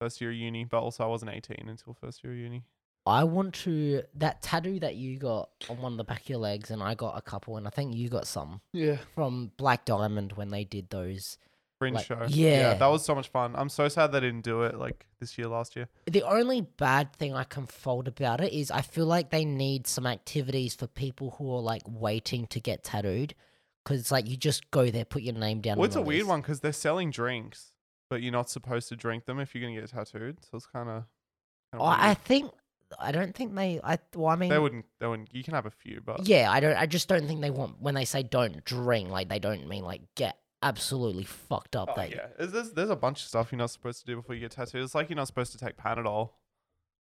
B: first year of uni, but also I wasn't eighteen until first year of uni.
A: I want to, that tattoo that you got on one of the back of your legs, and I got a couple, and I think you got some
C: Yeah.
A: from Black Diamond when they did those.
B: Fringe
A: Like,
B: show.
A: yeah.
B: that was so much fun. I'm so sad they didn't do it like this year, last year.
A: The only bad thing I can fold about it is I feel like they need some activities for people who are like waiting to get tattooed. Because it's like you just go there, put your name down.
B: Well,
A: on
B: it's a
A: the
B: weird
A: list.
B: one because they're selling drinks, but you're not supposed to drink them if you're gonna get tattooed. So it's kind of.
A: Oh, I think I don't think they. I well, I mean,
B: They wouldn't. They wouldn't. You can have a few, but
A: yeah, I don't. I just don't think they want when they say don't drink. Like they don't mean like get absolutely fucked up.
B: Oh,
A: like
B: yeah. There's, there's there's a bunch of stuff you're not supposed to do before you get tattooed. It's like you're not supposed to take Panadol.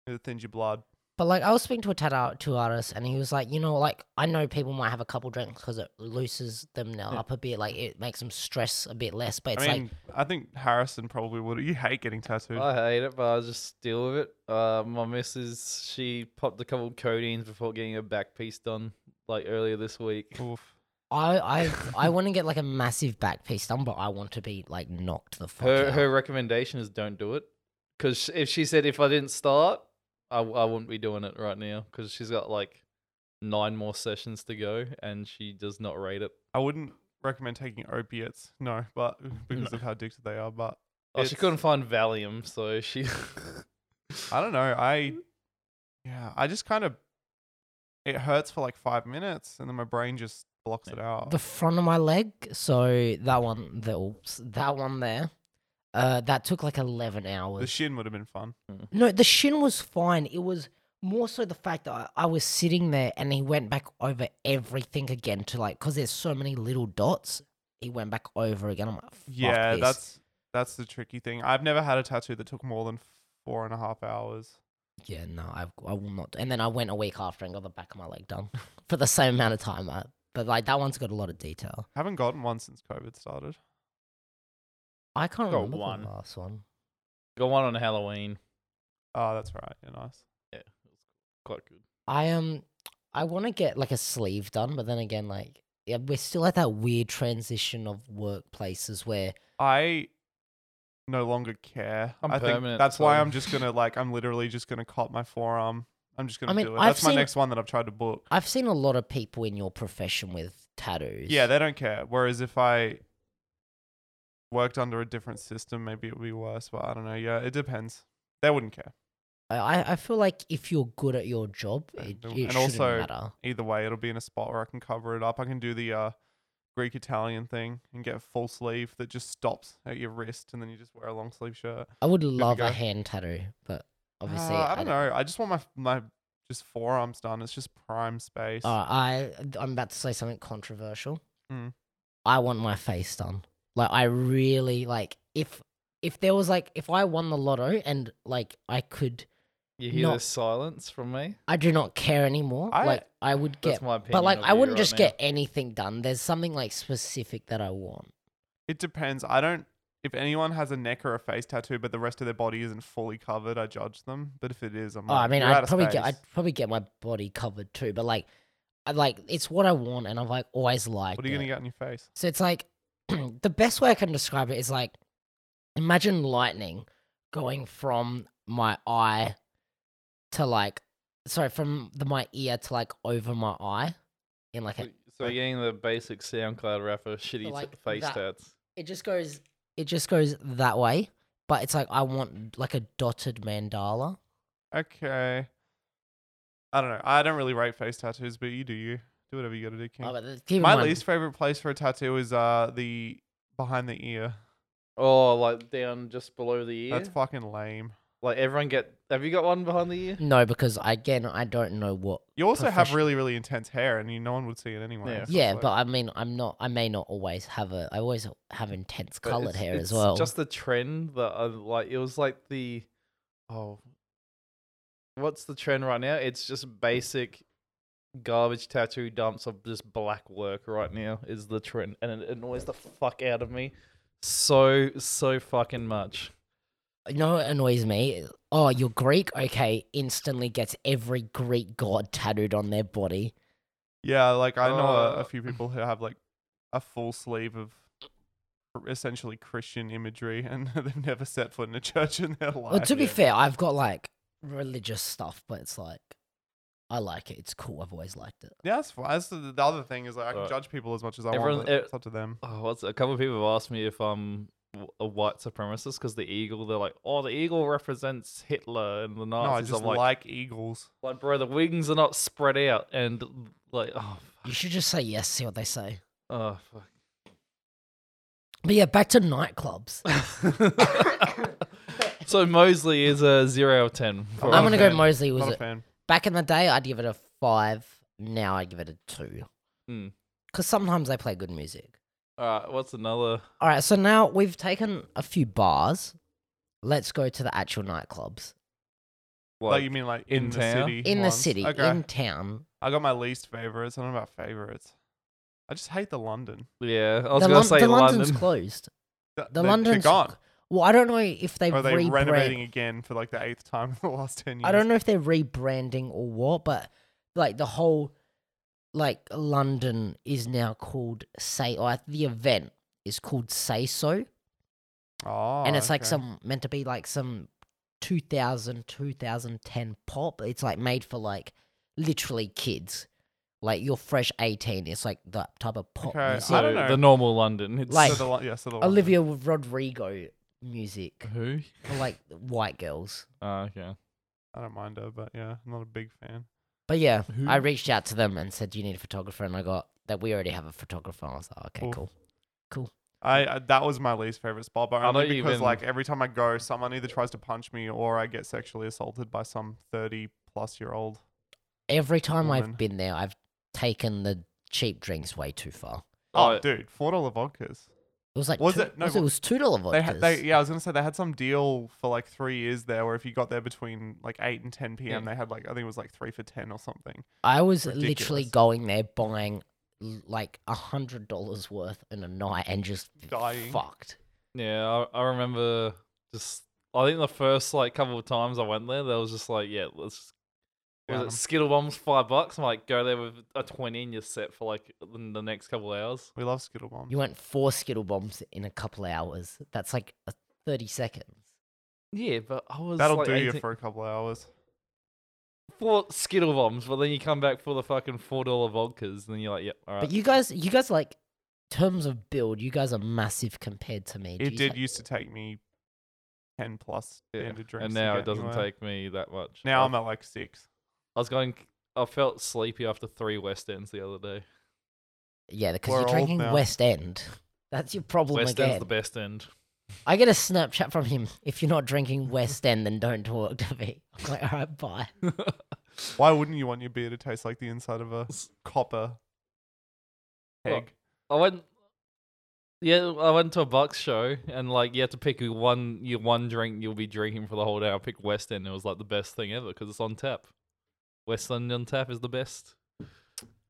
B: It thins your blood.
A: But like I was speaking to a tattoo artist, and he was like, you know, like I know people might have a couple drinks because it loosens them now
C: Yeah.
A: up a bit, like it makes them stress a bit less. But it's
B: I
A: like Oh.
B: mean, I think Harrison probably would. You hate getting tattooed.
C: I hate it, but I just deal with it. Uh, my missus, she popped a couple of codeines before getting her back piece done, like earlier this week.
B: Oof.
A: I I I want to get like a massive back piece done, but I want to be like knocked the fuck
C: Her
A: out.
C: her recommendation is don't do it, because if she said if I didn't start, I, w- I wouldn't be doing it right now, because she's got like nine more sessions to go, and she does not rate it.
B: I wouldn't recommend taking opiates. No, but because of how addicted they are. But
C: Oh, she
B: It's-
C: couldn't find Valium, so she.
B: I don't know.
A: Mm-hmm.
B: I yeah. I just kind of it hurts for like five minutes, and then my brain just blocks it out.
A: the front of my leg, so that one, that that one there. Uh, that took like 11 hours.
B: The shin would have been fun.
A: No, the shin was fine. It was more so the fact that I, I was sitting there and he went back over everything again to like, because there's so many little dots. He went back over again. I'm like, Fuck
B: Yeah,
A: this.
B: that's that's the tricky thing. I've never had a tattoo that took more than four and a half hours.
A: yeah, no, I, I will not. And then I went a week after and got the back of my leg done for the same amount of time. uh, but like that one's got a lot of detail.
B: Haven't gotten one since COVID started.
A: I can't
C: Got
A: remember
C: one.
A: the last one.
C: Got one on Halloween.
B: Oh, that's right. Yeah, nice.
C: Quite good.
A: I um, I want to get like a sleeve done, but then again, like yeah, we're still at that weird transition of workplaces where
B: I no longer care.
C: I'm
B: I think
C: permanent,
B: that's why
C: so-
B: I'm just gonna like I'm literally just gonna cop my forearm. I'm just gonna
A: mean,
B: do it.
A: I've
B: That's my
A: seen-
B: next one that I've tried to book.
A: I've seen a lot of people in your profession with tattoos.
B: Yeah, they don't care. Whereas if I worked under a different system, maybe it would be worse. But I don't know. Yeah, it depends. They wouldn't care.
A: I- I, I feel like if you're good at your job, it,
B: And-
A: it
B: and
A: shouldn't
B: also-
A: matter.
B: Either way, it'll be in a spot where I can cover it up. I can do the uh, Greek Italian thing and get a full sleeve that just stops at your wrist, and then you just wear a long sleeve shirt.
A: I would love
B: go.
A: a hand tattoo, but obviously,
B: Uh, I don't know. I just want my my just forearms done. It's just prime space.
A: Alright, I I'm about to say something controversial.
B: Mm.
A: I want my face done. Like I really like if if there was like if I won the lotto and like I could
C: You hear
A: Not-
C: this silence from me?
A: I do not care anymore.
B: I-
A: like I would
C: That's
A: get,
C: my opinion.
A: but like
C: of
A: I
C: you
A: wouldn't
C: right
A: just
C: now.
A: get anything done. There's something like specific that I want.
B: It depends. I don't. If anyone has a neck or a face tattoo, but the rest of their body isn't fully covered, I judge them. But if it is, I'm.
A: Oh,
B: like,
A: I mean,
B: "You're out
A: I'd
B: of
A: probably get,
B: space."
A: I'd probably get my body covered too, but like, I like it's what I want, and I've like always liked.
B: What are you
A: it.
B: gonna get on your face?
A: So it's like the best way I can describe it is like imagine lightning going from my eye to like sorry from the, my ear to like over my eye in like a,
C: So you're getting the basic SoundCloud rapper shitty t-
A: like
C: face
A: that.
C: tats.
A: it just goes it just goes that way but it's like I want like a dotted mandala
B: Okay. I don't know. I don't really rate face tattoos, but you do you. Do whatever you gotta do,
C: Hmm.
B: King.
A: Oh, but th- keep in
B: My
A: mind-
B: least favorite place for a tattoo is uh the behind the ear.
C: Oh, like down just below the ear.
B: That's fucking lame.
C: Like everyone get. Have you got one behind the ear?
A: no because again I don't know what
B: You also have
A: Profession-
B: really, really intense hair, and you no one would see it anyway.
C: Yeah.
B: so it's
A: yeah
B: like-
A: but I mean I'm not I may not always have a I always have intense
C: But
A: colored
C: it's-
A: hair
C: it's
A: as well
C: Just the trend that I, like it was like the oh, what's the trend right now? It's just basic garbage tattoo dumps of just black work right now is the trend, and it annoys the fuck out of me so so fucking much.
A: You know what annoys me? Oh, you're Greek? Okay, instantly gets every Greek god tattooed on their body.
B: Yeah, like I know a,
C: Uh,
B: a few people who have like a full sleeve of cr- essentially Christian imagery, and they've never set foot in a church in their life.
A: Well, to be
B: Yeah.
A: fair, I've got like religious stuff, but it's like I like it. It's cool. I've always liked it.
B: yeah, that's fine. That's the, the other thing is like I can
C: Right.
B: judge people as much as I
C: Everyone-
B: want.
A: eh,
B: But
C: e-
B: it's up to them.
C: Oh, what's a couple of people have asked me if I'm w- a white supremacist because the eagle. They're like, oh, the eagle represents Hitler and the
B: No, I
C: Nazis.
B: just
C: I'm
B: like,
C: like,
B: eagles.
C: like, bro, the wings are not spread out, and like, oh, fuck.
A: You should just say yes, see what they say.
C: oh, fuck.
A: But yeah, back to nightclubs.
C: so Mosley is a zero out of ten. for
B: I'm
A: I'm
B: not
A: gonna
B: a
A: go
B: fan.
A: Mosley was
B: Not a
A: it.
B: fan.
A: Back in the day I'd give it a five. Now I give it a two.
C: Hmm.
A: Cause sometimes they play good music.
C: All right, what's another?
A: All right, so now we've taken a few bars. Let's go to the actual nightclubs
C: Like,
B: Like, you mean like
C: in
B: in, the
C: town?
B: city?
A: in
B: ones?
A: the city,
B: Okay,
A: in town.
B: I got my least favorites. I don't know about favorites. I just hate the London.
C: yeah, I was
A: the
C: gonna
A: Lon-
C: say
A: the
C: London.
A: London's closed.
B: Th-
A: The
B: they- they're
A: London's
B: gone.
A: Well, I don't know if they've
B: Are they
A: rebrand-
B: renovating again for like the eighth time in the last ten years?
A: I don't know if they're rebranding or what, but like the whole like London is now called say or the event is called say so
B: Oh,
A: and it's like
B: okay.
A: some meant to be like some 2000 2010 pop it's like made for like literally kids like you're fresh 18 it's like that type of pop
B: Okay,
A: music
C: So
B: I don't know.
C: the normal London. It's
A: Like-
B: so the, Lo- yeah, so the London.
A: olivia rodrigo music
C: who?
A: for like white girls
C: Oh, okay.
B: I don't mind her, but yeah, I'm not a big fan.
A: But yeah, I
C: Who-
A: reached out to them and said, "Do you need a photographer?" And I got that we already have a photographer. I was like, "Okay,
B: Cool.
A: cool, cool."
B: I uh, that was my least favorite spot, but
C: I
B: only
C: don't
B: because
C: even-
B: like every time I go, someone either tries to punch me or I get sexually assaulted by some thirty plus year old.
A: Every time
B: Woman.
A: I've been there, I've taken the cheap drinks way too far.
B: Oh,
C: Oh,
B: dude, four dollar vodkas.
A: It was like
B: Was
A: two,
B: it- no,
A: was it
B: wha-
A: was two dollar
B: They, had,
A: vodkas.
B: they yeah, I was gonna say they had some deal for like three years there, where if you got there between like eight and ten p.m.,
C: Yeah.
B: they had like I think it was like three for ten or something.
A: I was literally
B: ridiculous.
A: going there buying l- like a hundred dollars worth in a night and just
B: Dying.
A: fucked.
C: Yeah, I, I remember just I think the first like couple of times I went there, they was just like, yeah, let's just-
B: Down 'em.
C: was it Skittle Bombs five bucks? I'm like, go there with a twenty and you're set for like the the next couple of hours.
B: We love Skittle Bomb.
A: You went four Skittle bombs in a couple hours. That's like a thirty seconds.
C: Yeah, but I was
B: That'll
C: like
B: do
C: 18
B: you for a couple of hours.
C: four Skittle Bombs, but then you come back for the fucking four dollar vodkas, and then you're like, yep, all right.
A: But you guys, you guys like terms of build, you guys are massive compared to me. Do
B: It
A: you
B: did
A: take-
B: used to take me ten plus
C: Yeah,
B: standard drinks,
C: and
B: to
C: now
B: get
C: it doesn't
B: anywhere.
C: take me that much.
B: Now
C: I,
B: I'm at like six.
C: I was going. I felt sleepy after three West Ends the other day.
A: yeah, because
B: We're
A: you're
B: old
A: drinking
B: now.
A: West End. That's your problem
C: West End's
A: again.
C: the best end.
A: I get a Snapchat from him. If you're not drinking West End, then don't talk to me. I'm like, all right, bye.
B: Why wouldn't you want your beer to taste like the inside of a copper
C: Well,
B: peg?
C: I went. Yeah, I went to a Bucks show and like you had to pick your one your one drink you'll be drinking for the whole day. I picked West End. It was like the best thing ever because it's on tap. West End on tap is the best.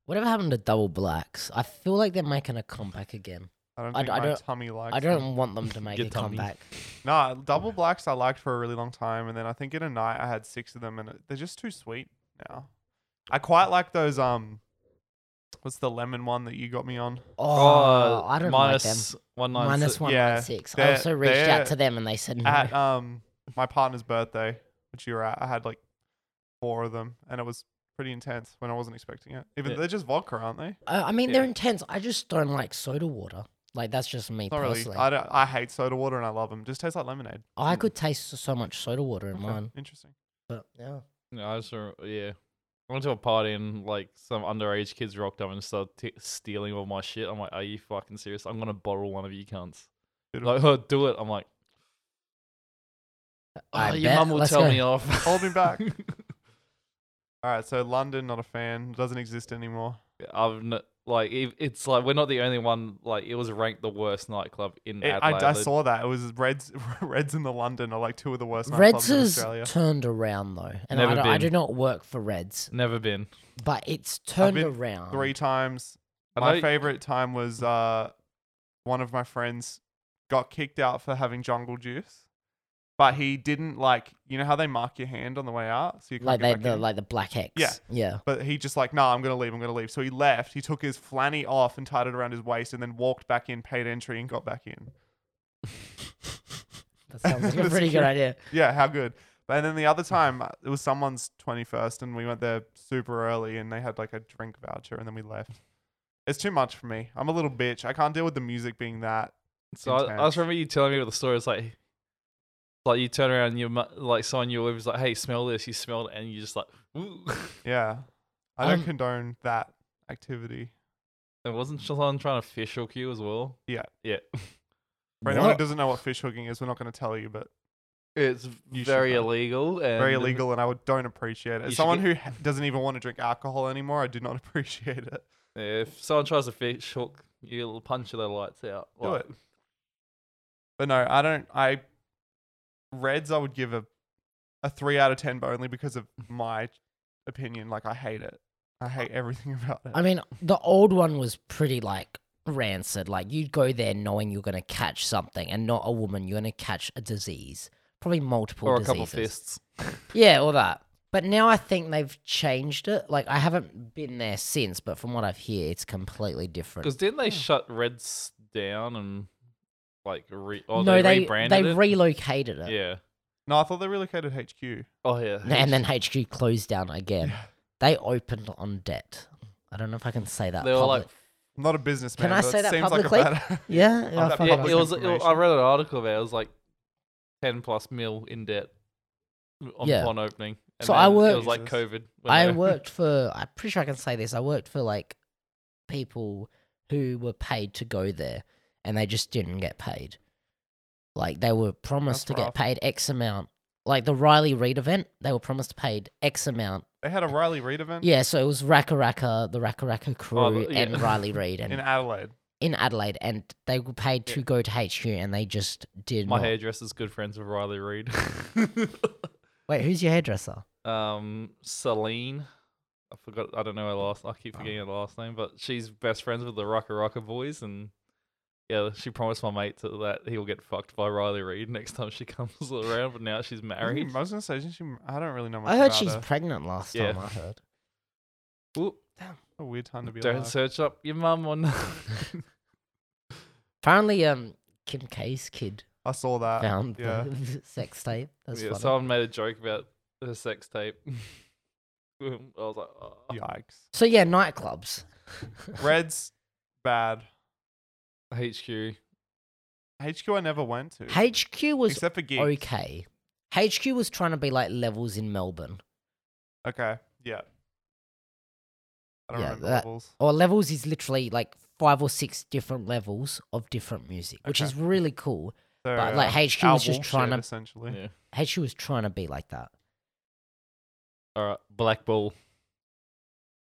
A: Whatever happened to double blacks? I feel like they're making a comeback again.
B: I don't
A: I
B: think
A: d- I
B: my
A: don't-
B: tummy likes.
A: I
B: Them.
A: don't want them to make
C: Your
A: a
C: tummy.
A: comeback.
B: Nah, double blacks I liked for a really long time, and then I think in a night I had six of them, and it- they're just too sweet now. I quite like those. Um, what's the lemon one that you got me on?
A: Oh, I don't like them.
C: Uh, minus One nine
A: Minus
C: six.
A: one
B: yeah,
A: nine six. I
B: they're-
A: also reached
B: they're
A: out to them and they said no.
B: At um my partner's birthday, which you were at, I had like four of them, and it was pretty intense when I wasn't expecting it. Even
C: Yeah.
B: they're just vodka, aren't they?
A: I, I mean, they're
C: yeah.
A: intense. I just don't like soda water. Like that's just me
B: Not
A: personally.
B: really. I, don't, I hate soda water and I love them. Just tastes like lemonade.
A: I could taste so much soda water in
B: Hmm. Okay,
A: mine.
B: Interesting.
A: But yeah.
C: No, I just remember, yeah. I went to a party and like some underage kids rocked up and started t- stealing all my shit. I'm like, are you fucking serious? I'm gonna bottle one of you cunts.
B: Dude,
C: Like, oh, do it. I'm like,
A: I
C: oh, your
A: bet.
C: mum will
A: Let's
C: tell
A: go.
C: me off.
B: Hold me back. All right, so London, not a fan, doesn't exist anymore.
C: I've n- like it, it's like we're not the only one. Like it was ranked the worst nightclub in
B: It- I,
C: Adelaide.
B: I saw that. It was Reds Reds in the London are like two of the worst
A: Reds
B: nightclubs in
A: has
B: Australia.
A: turned around though, and
C: Never
A: I, don't, I
C: been.
A: do not work for Reds,
C: Never been.
A: but it's turned
B: been
A: around.
B: Three times.
C: I
B: My
C: know-
B: favorite time was uh, one of my friends got kicked out for having jungle juice, but he didn't like. You know how they mark your hand on the way out, so you can't
A: like
B: get
A: they,
B: back
A: the
B: in?
A: like the black X.
B: Yeah.
A: yeah.
B: But he just like, nah, I'm gonna leave. I'm gonna leave. So he left. He took his flanny off and tied it around his waist, and then walked back in, paid entry, and got back in.
A: That sounds like a
B: The
A: pretty good
B: security-
A: idea.
B: Yeah, how good. But and then the other time uh, it was someone's twenty first, and we went there super early, and they had like a drink voucher, and then we left. It's too much for me. I'm a little bitch. I can't deal with the music being that.
C: So I, I
B: intense.
C: just remember you telling me about the story. It's like, like you turn around, and your mu- like someone you were with was like, "Hey, smell this." You smelled it, and you just like, "Ooh."
B: Yeah, I don't
A: Um,
B: condone that activity.
C: It wasn't someone trying to fish hook you as well.
B: Yeah.
C: yeah.
B: For anyone who
A: What?
B: doesn't know what fish hooking is, we're not going to tell you, but
C: It's
B: You should
C: very
B: know.
C: illegal. And
B: very illegal, and I would, don't appreciate it.
C: You
B: As
C: should
B: someone
C: get-
B: who ha- doesn't even want to drink alcohol anymore, I do not appreciate it.
C: If someone tries to fish hook, you'll punch their lights out.
B: Do
C: Like,
B: it. But no, I don't. I Reds, I would give a a three out of ten, but only because of my opinion. Like I hate it. I hate everything about it.
A: I mean, the old one was pretty like rancid. Like you'd go there knowing you're gonna catch something, and not a woman. You're gonna catch a disease, probably multiple
C: Or a
A: diseases.
C: couple fists.
A: Yeah, all that. But now I think they've changed it. Like I haven't been there since, but from what I've hear, it's completely different.
C: Because didn't they shut Reds down and like re? Oh,
A: no,
C: they,
A: they
C: rebranded
A: they
C: it?
A: relocated it.
C: Yeah.
B: no, I thought they relocated HQ.
C: Oh yeah.
A: N- And then HQ closed down again. They opened on debt. I don't know if I can say that.
C: they were like,
A: public-
B: I'm not a businessman.
A: Can I
B: but it
A: say that
B: seems
A: publicly?
B: Like a bad,
A: yeah,
B: Oh,
A: yeah,
B: that
A: fuck
C: Yeah,
A: it.
B: public
C: it was. It, was- I
B: information.
C: read an article about it. It was like ten plus mil in debt on
A: Yeah.
C: upon opening. And
A: So I
C: then It
A: worked-
C: was like
B: Jesus.
C: COVID. when
A: I
C: they-
A: worked for. I'm pretty sure I can say this. I worked for like people who were paid to go there, and they just didn't get paid. Like they were promised
B: That's
A: to
B: rough.
A: get paid X amount. Like the Riley Reid event, they were promised to paid X amount.
B: They had a Riley Reid event
A: Yeah, so it was Raka Raka, the Raka Raka crew,
C: Um, Oh, the- yeah.
A: and Riley Reid, and
B: in Adelaide.
A: in Adelaide, and they were paid to
C: Yeah.
A: go to HQ, and they just did
C: My
A: not.
C: hairdresser's good friends with Riley Reid.
A: Wait, who's your hairdresser?
C: um, Celine. I forgot. I don't know her last. I keep
B: Oh.
C: forgetting her last name, but she's best friends with the Rocker Rocker boys, and yeah, she promised my mate to, that he'll get fucked by Riley Reid next time she comes around. But now she's
B: Isn't he-
C: married.
B: Mm, I was gonna say, isn't she, I don't really know much
A: I heard
B: about
A: she's
B: her.
A: pregnant last
C: Yeah.
A: time. I heard.
C: Ooh,
B: a weird time to be
C: don't
B: alive.
C: search up your mum on.
A: Apparently, um, Kim K's kid
B: I saw that.
A: found
B: Uh, yeah.
A: the sex tape. That's
C: yeah,
A: funny.
C: someone made a joke about her sex tape. I was like, oh.
B: Yikes.
A: So yeah, nightclubs.
B: Reds, bad.
C: HQ.
B: HQ I never went to.
A: HQ was
B: except for gigs.
A: okay. HQ was trying to be like levels in Melbourne,
B: Okay. Yeah. I don't
A: Yeah,
B: remember
A: that-
B: levels.
A: or levels is literally like five or six different levels of different music, which
B: Okay.
A: is really cool.
B: So,
A: but, like,
B: uh,
A: HQ
B: our
A: was just
B: bullshit,
A: trying to-
B: essentially.
C: Yeah.
A: HQ was trying to be like that.
C: All right, Black Bull.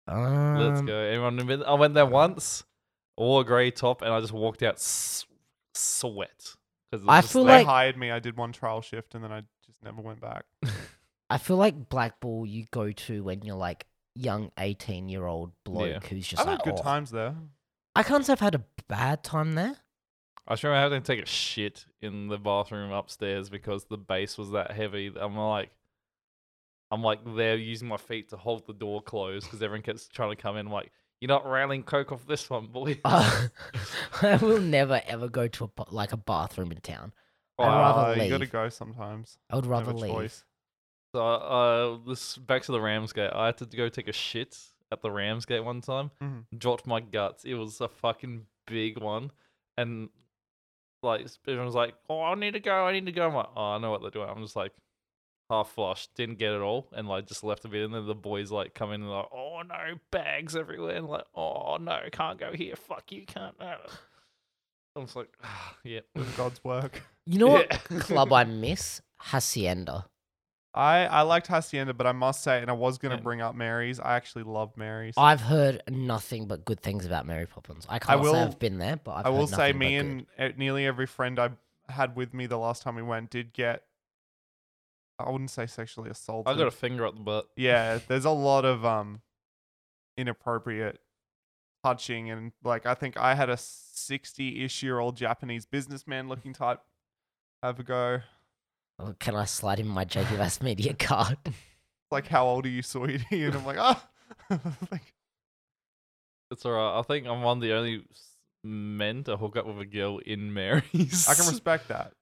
A: Um,
C: Let's go. Everyone, been- I went there once, wore a grey top, and I just walked out s- sweat. 'cause it was
A: I
C: just
A: feel
B: They
A: like-
B: hired me. I did one trial shift and then I just never went back.
A: I feel like Black Bull you go to when you're like young 18 year old bloke
C: Yeah.
A: who's just
B: I've had
A: like,
B: good
A: "Oh."
B: times there.
A: I can't say I've had a bad time there.
C: I sure having to take a shit in the bathroom upstairs because the base was that heavy. that I'm like, I'm like there using my feet to hold the door closed because everyone kept trying to come in. Like, you're not railing coke off this one, boy.
A: I will never ever go to a ba- like a bathroom in town. I'd
C: Wow.
A: rather
B: Uh, You gotta
A: leave.
B: go sometimes.
A: I would
B: You have
A: rather
B: a
A: leave.
B: choice.
C: So uh, this back to the Ramsgate. I had to go take a shit at the Ramsgate one time.
B: Mhm.
C: Dropped my guts. It was a fucking big one, and like s- everyone was like, "Oh, I need to go. I need to go." I'm like, "Oh, I know what they're doing." I'm just like half flushed, didn't get it all, and like just left a bit. And then the boys like come in and like, "Oh no, bags everywhere!" And like, "Oh no, can't go here. Fuck you, can't." Uh." I'm just like, "Yeah."
B: Doing God's work.
A: You know what
C: Yeah.
A: club I miss? Hacienda.
B: I, I liked Hacienda, but I must say, and I was gonna
C: Yeah.
B: bring up Mary's. I actually love Mary's. I,
A: I've heard nothing but good things about Mary Poppins. I can't
B: will-
A: say I've been there, but I've heard
B: will say,
A: nothing
B: me
A: but
B: and uh, nearly every friend I had with me the last time we went did get. I wouldn't say sexually assaulted.
C: I got a finger up the butt.
B: yeah, there's a lot of um, inappropriate touching and like I think I had a 60-ish year old Japanese businessman looking type have a go.
A: good. Oh, Can I slide in my JD Bass Media card?
B: Like, how old are you, sweetie? And I'm like, ah, like,
C: It's alright. I think I'm one of the only s- men to hook up with a girl in Mary's.
B: I can respect that.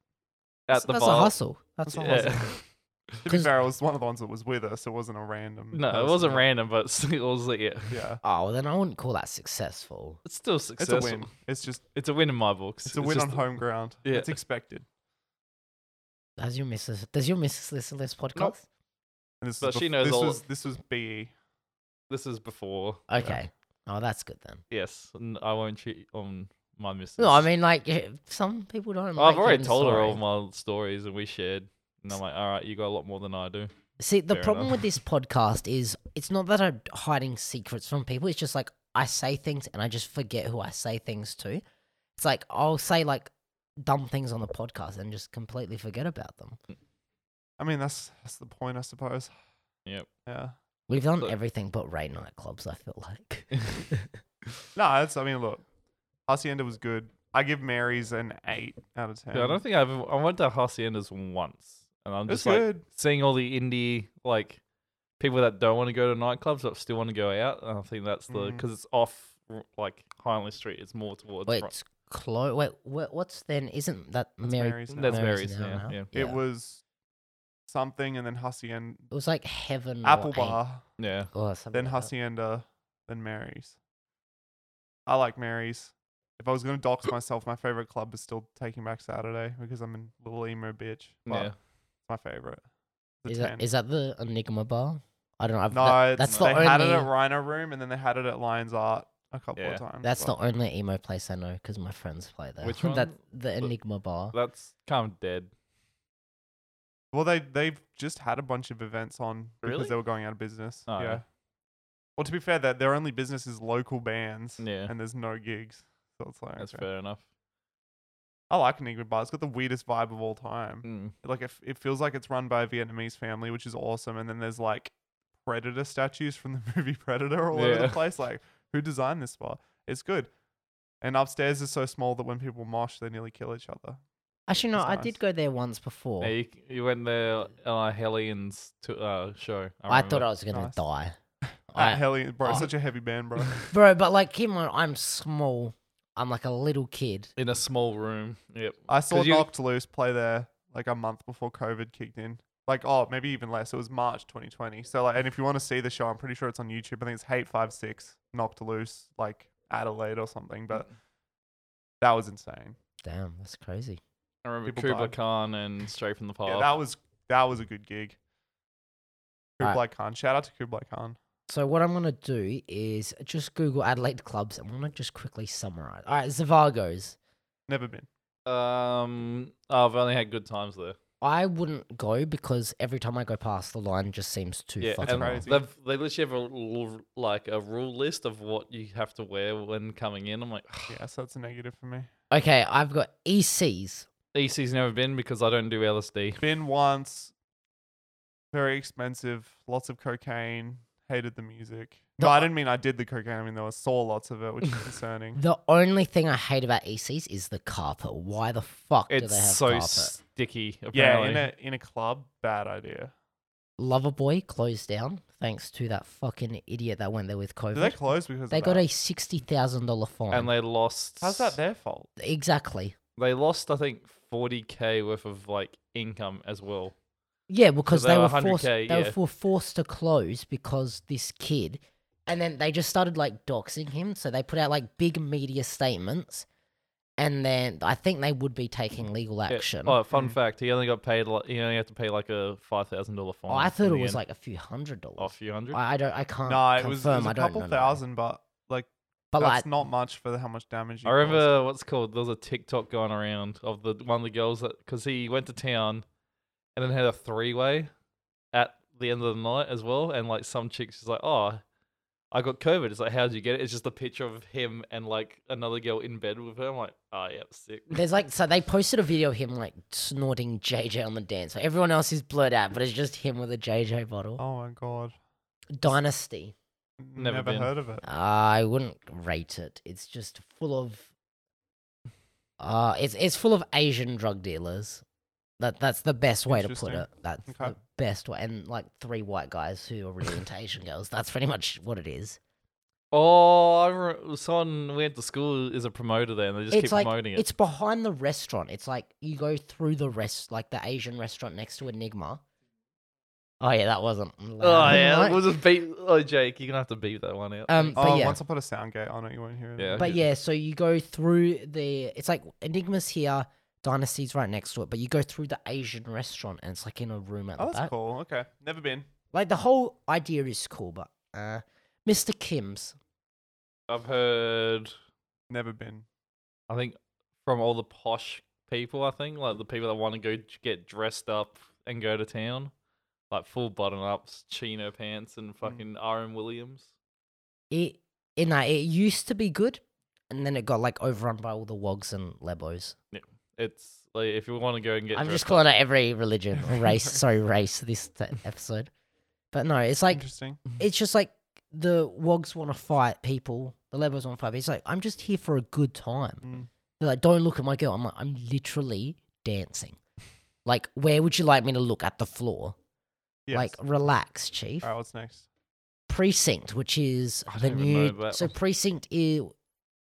C: at the
A: That's a
C: bar.
A: hustle. That's a
C: Yeah.
A: hustle.
B: To be
A: 'Cause-
B: fair, I was one of the ones that was with us. It wasn't a random.
C: no, it
B: person.
C: wasn't random, but still, it was like yeah,
B: Yeah,
A: Oh, then I wouldn't call that successful.
C: it's still
B: it's
C: successful.
B: a win. It's just
C: It's a win in my books.
B: it's, a win on
C: just-
B: home ground.
C: Yeah.
B: It's expected.
A: Does your missus does your missus listen to this podcast?
B: And this
C: But
B: was
C: she
B: bef-
C: knows
B: this
C: all-
B: was this was E. be.
C: This is before.
A: Okay. Oh, that's good then.
C: Yes, n- I won't cheat on my missus.
A: No, I mean like eh, some people don't. like
C: I've already
A: hearing
C: told her all
A: stories.
C: my stories, and we shared. And I'm like, all right, you got a lot more than I do.
A: See, the
C: Fair
A: problem
C: enough.
A: with this podcast is it's not that I'm hiding secrets from people. It's just like I say things and I just forget who I say things to. It's like I'll say like dumb things on the podcast and just completely forget about them.
B: I mean, that's that's the point, I suppose.
C: Yep.
B: Yeah.
A: We've done
C: Look.
A: everything but Ray nightclubs. I feel like
B: No, that's. I mean, look, Hacienda was good. I give Mary's an eight out of ten.
C: Yeah, I don't think I've. ever- I went to Haciendas once, and I'm
B: it's
C: just like,
B: good.
C: seeing all the indie like people that don't want to go to nightclubs but still want to go out. And I think that's the
B: Mm.
C: because it's off r- like Highland Street. It's more towards
A: wait,
C: Bro-
A: it's clo- wait, wha- what's then? Isn't that Mary?
B: Mary's now.
C: That's
A: Mary's
C: Mary's
A: now,
C: now,
A: now?
C: yeah.
B: It was something, and then Hacienda,
A: It was like heaven. or
B: Apple
A: eight-
B: Bar,
C: yeah.
A: or something
B: then
A: like that.
B: Hacienda, then Mary's. I like Mary's. If I was gonna dox myself, my favorite club is still Taking Back Saturday because I'm a little emo bitch. But
C: Yeah,
B: It's my favorite. The
A: Is
B: 10.
A: that is that the Enigma bar? I don't know. I've,
B: no,
A: that-
B: it's-
A: that's the
B: they
A: only.
B: had it at Rhino Room and then they had it at Lions Art. a couple
C: Yeah.
B: of times.
A: That's
B: but
A: the only emo place I know because my friends play there.
C: Which
A: That
C: one?
A: the Enigma Bar.
C: That's kind of dead.
B: Well, they they've just had a bunch of events on
C: Really?
B: because they were going out of business.
C: Oh,
B: yeah.
C: yeah.
B: Well, to be fair, that their only business is local bands.
C: Yeah.
B: And there's no gigs, so it's like
C: That's
B: okay.
C: fair enough.
B: I like Enigma Bar. It's got the weirdest vibe of all time.
C: Mm.
B: Like it, it feels like it's run by a Vietnamese family, which is awesome. And then there's like predator statues from the movie Predator all over the
C: Yeah.
B: place. Like who designed this spot? It's good. And upstairs is so small that when people mosh, they nearly kill each other.
A: Actually, no,
B: That's
A: I
B: nice.
A: did go there once before.
C: Yeah, you, you went there on a Hellions to, uh, show.
A: I thought I was gonna
B: Nice.
A: die.
B: Ah,
A: I-
B: hell, yeah, bro,
A: I-
B: such a heavy band, bro.
A: bro, but like, keep in mind, I'm small. I'm like a little kid.
C: in a small room. Yep.
B: I saw
C: 'Cause you-
B: Knocked Loose play there like a month before COVID kicked in. Like, oh, maybe even less. It was March 2020. So, like, and if you want to see the show, I'm pretty sure it's on YouTube. I think it's Hate Five Six Knocked Loose, like Adelaide or something. But that was insane.
A: Damn, that's crazy.
C: I remember
B: people
C: Kubla
B: died.
C: Khan and Straight from the Path.
B: Yeah, that was that was a good gig.
A: Alright.
B: Kublai Khan. Shout out to Kublai Khan.
A: So what I'm gonna do is just Google Adelaide clubs. and I'm gonna just quickly summarize. All right, Zavagos.
B: Never been.
C: um, I've only had good times there.
A: I wouldn't go because every time I go past the line, just seems too
C: yeah,
A: fucking
C: and
A: long.
B: crazy.
C: they've they literally have a rule, like a rule list of what you have to wear when coming in. I'm like,
B: Yeah, so that's a negative for me.
A: Okay, I've got E ECs.
C: EC's E never been because I don't do LSD.
B: Been once. Very expensive. Lots of cocaine. Hated the music. No,
A: No,
B: I
A: I-
B: didn't mean I did the cocaine. I mean there was saw lots of it, which is concerning.
A: The only thing I hate about ECs is the carpet. Why the fuck do they
C: It's
A: have
C: so
A: carpet?
C: sticky.
B: Yeah,
C: Apparently.
B: in a in a club, bad idea.
A: Loverboy closed down thanks to that fucking idiot that went there with COVID.
B: Did they close because
A: They
B: of
A: got
B: that?
A: a sixty thousand dollar fine.
C: and they lost.
B: How's that their fault?
A: exactly.
C: They lost, I think, 40k worth of like income as well.
A: Yeah, because
C: they
A: they,
C: were
A: were forced.
C: 100K,
A: They
C: yeah.
A: were for- forced to close because this kid, and then they just started like doxing him. So they put out like big media statements, and then I think they would be taking legal
C: Yeah.
A: action.
C: Oh, fun
B: Mm.
C: fact: he only got paid. Like, he only had to pay like a five thousand dollar fine.
A: Oh, I thought
C: in
A: it
C: the
A: was
C: end. Oh,
A: like a few hundred dollars.
C: a few hundred.
A: I, I don't. I can't.
B: No, it
A: confirm.
B: was, it was
A: I
B: a
A: don't
B: couple
A: know, no.
B: thousand, but like
A: But
B: that's
A: like,
B: not much for the, how much damage. You
C: I remember what's called. There was a TikTok going around of the one of the girls that because he went to town, and then had a three way at the end of the night as well. And like some chicks, she's like, "Oh, I got COVID." It's like, "How'd you get it?" It's just a picture of him and like another girl in bed with her. I'm like, "Oh yeah, sick."
A: there's like so they posted a video of him like snorting JJ on the dance. floor. everyone else is blurred out, but it's just him with a JJ bottle.
B: Oh my god,
A: Dynasty.
B: never,
C: been.
B: heard of it.
A: I wouldn't rate it. It's just full of. Uh, it's it's full of Asian drug dealers. That that's the best way to put
B: Interesting.
A: it. That's
B: Okay.
A: the best way, and like three white guys who are really into Asian girls. That's pretty much what it is.
C: Oh, I re- someone we went to school is a promoter there, and they just
A: it's
C: keep
A: like
C: promoting it.
A: it's behind the restaurant. It's like you go through the rest, like the Asian restaurant next to Enigma. Oh yeah, that wasn't.
C: oh
A: loud,
C: yeah,
A: right?
C: we'll just beat. Oh Jake, you're gonna have to beep that one out.
A: Um, but
B: Oh,
A: yeah.
B: once I put a sound gate on it, you won't hear it.
C: Yeah.
A: But yeah, so you go through the. It's like Enigma's here, Dynasty's right next to it, but you go through the Asian restaurant and it's like in a room at
B: Oh,
A: the
B: that's
A: back.
B: cool. Okay, never been.
A: Like the whole idea is cool, but uh, Mr. Kim's.
C: I've heard.
B: Never been.
C: I think from all the posh people, I think like the people that want to go j- get dressed up and go to town, like full button ups, chino pants, and fucking Aaron Williams.
A: It, it, no, it used to be good, and then it got like overrun by all the wogs and lebos.
C: It's like if you want to go and get.
A: I'm just
C: dressed
A: calling
C: up-
A: out every religion or race. sorry, race this t- episode. But no, it's like
B: Interesting.
A: it's just like the wogs want to fight people, the lebos want to fight. People. It's like I'm just here for a good time.
B: Mm.
A: They're like, don't look at my girl. I'm like, I'm literally dancing. Like, where would you like me to look at the floor?
B: Yes.
A: Like, relax, chief.
B: All right, what's next?
A: Precinct, which is
C: Oh. I
A: the
C: don't even know
A: new.
C: about-
A: So precinct is.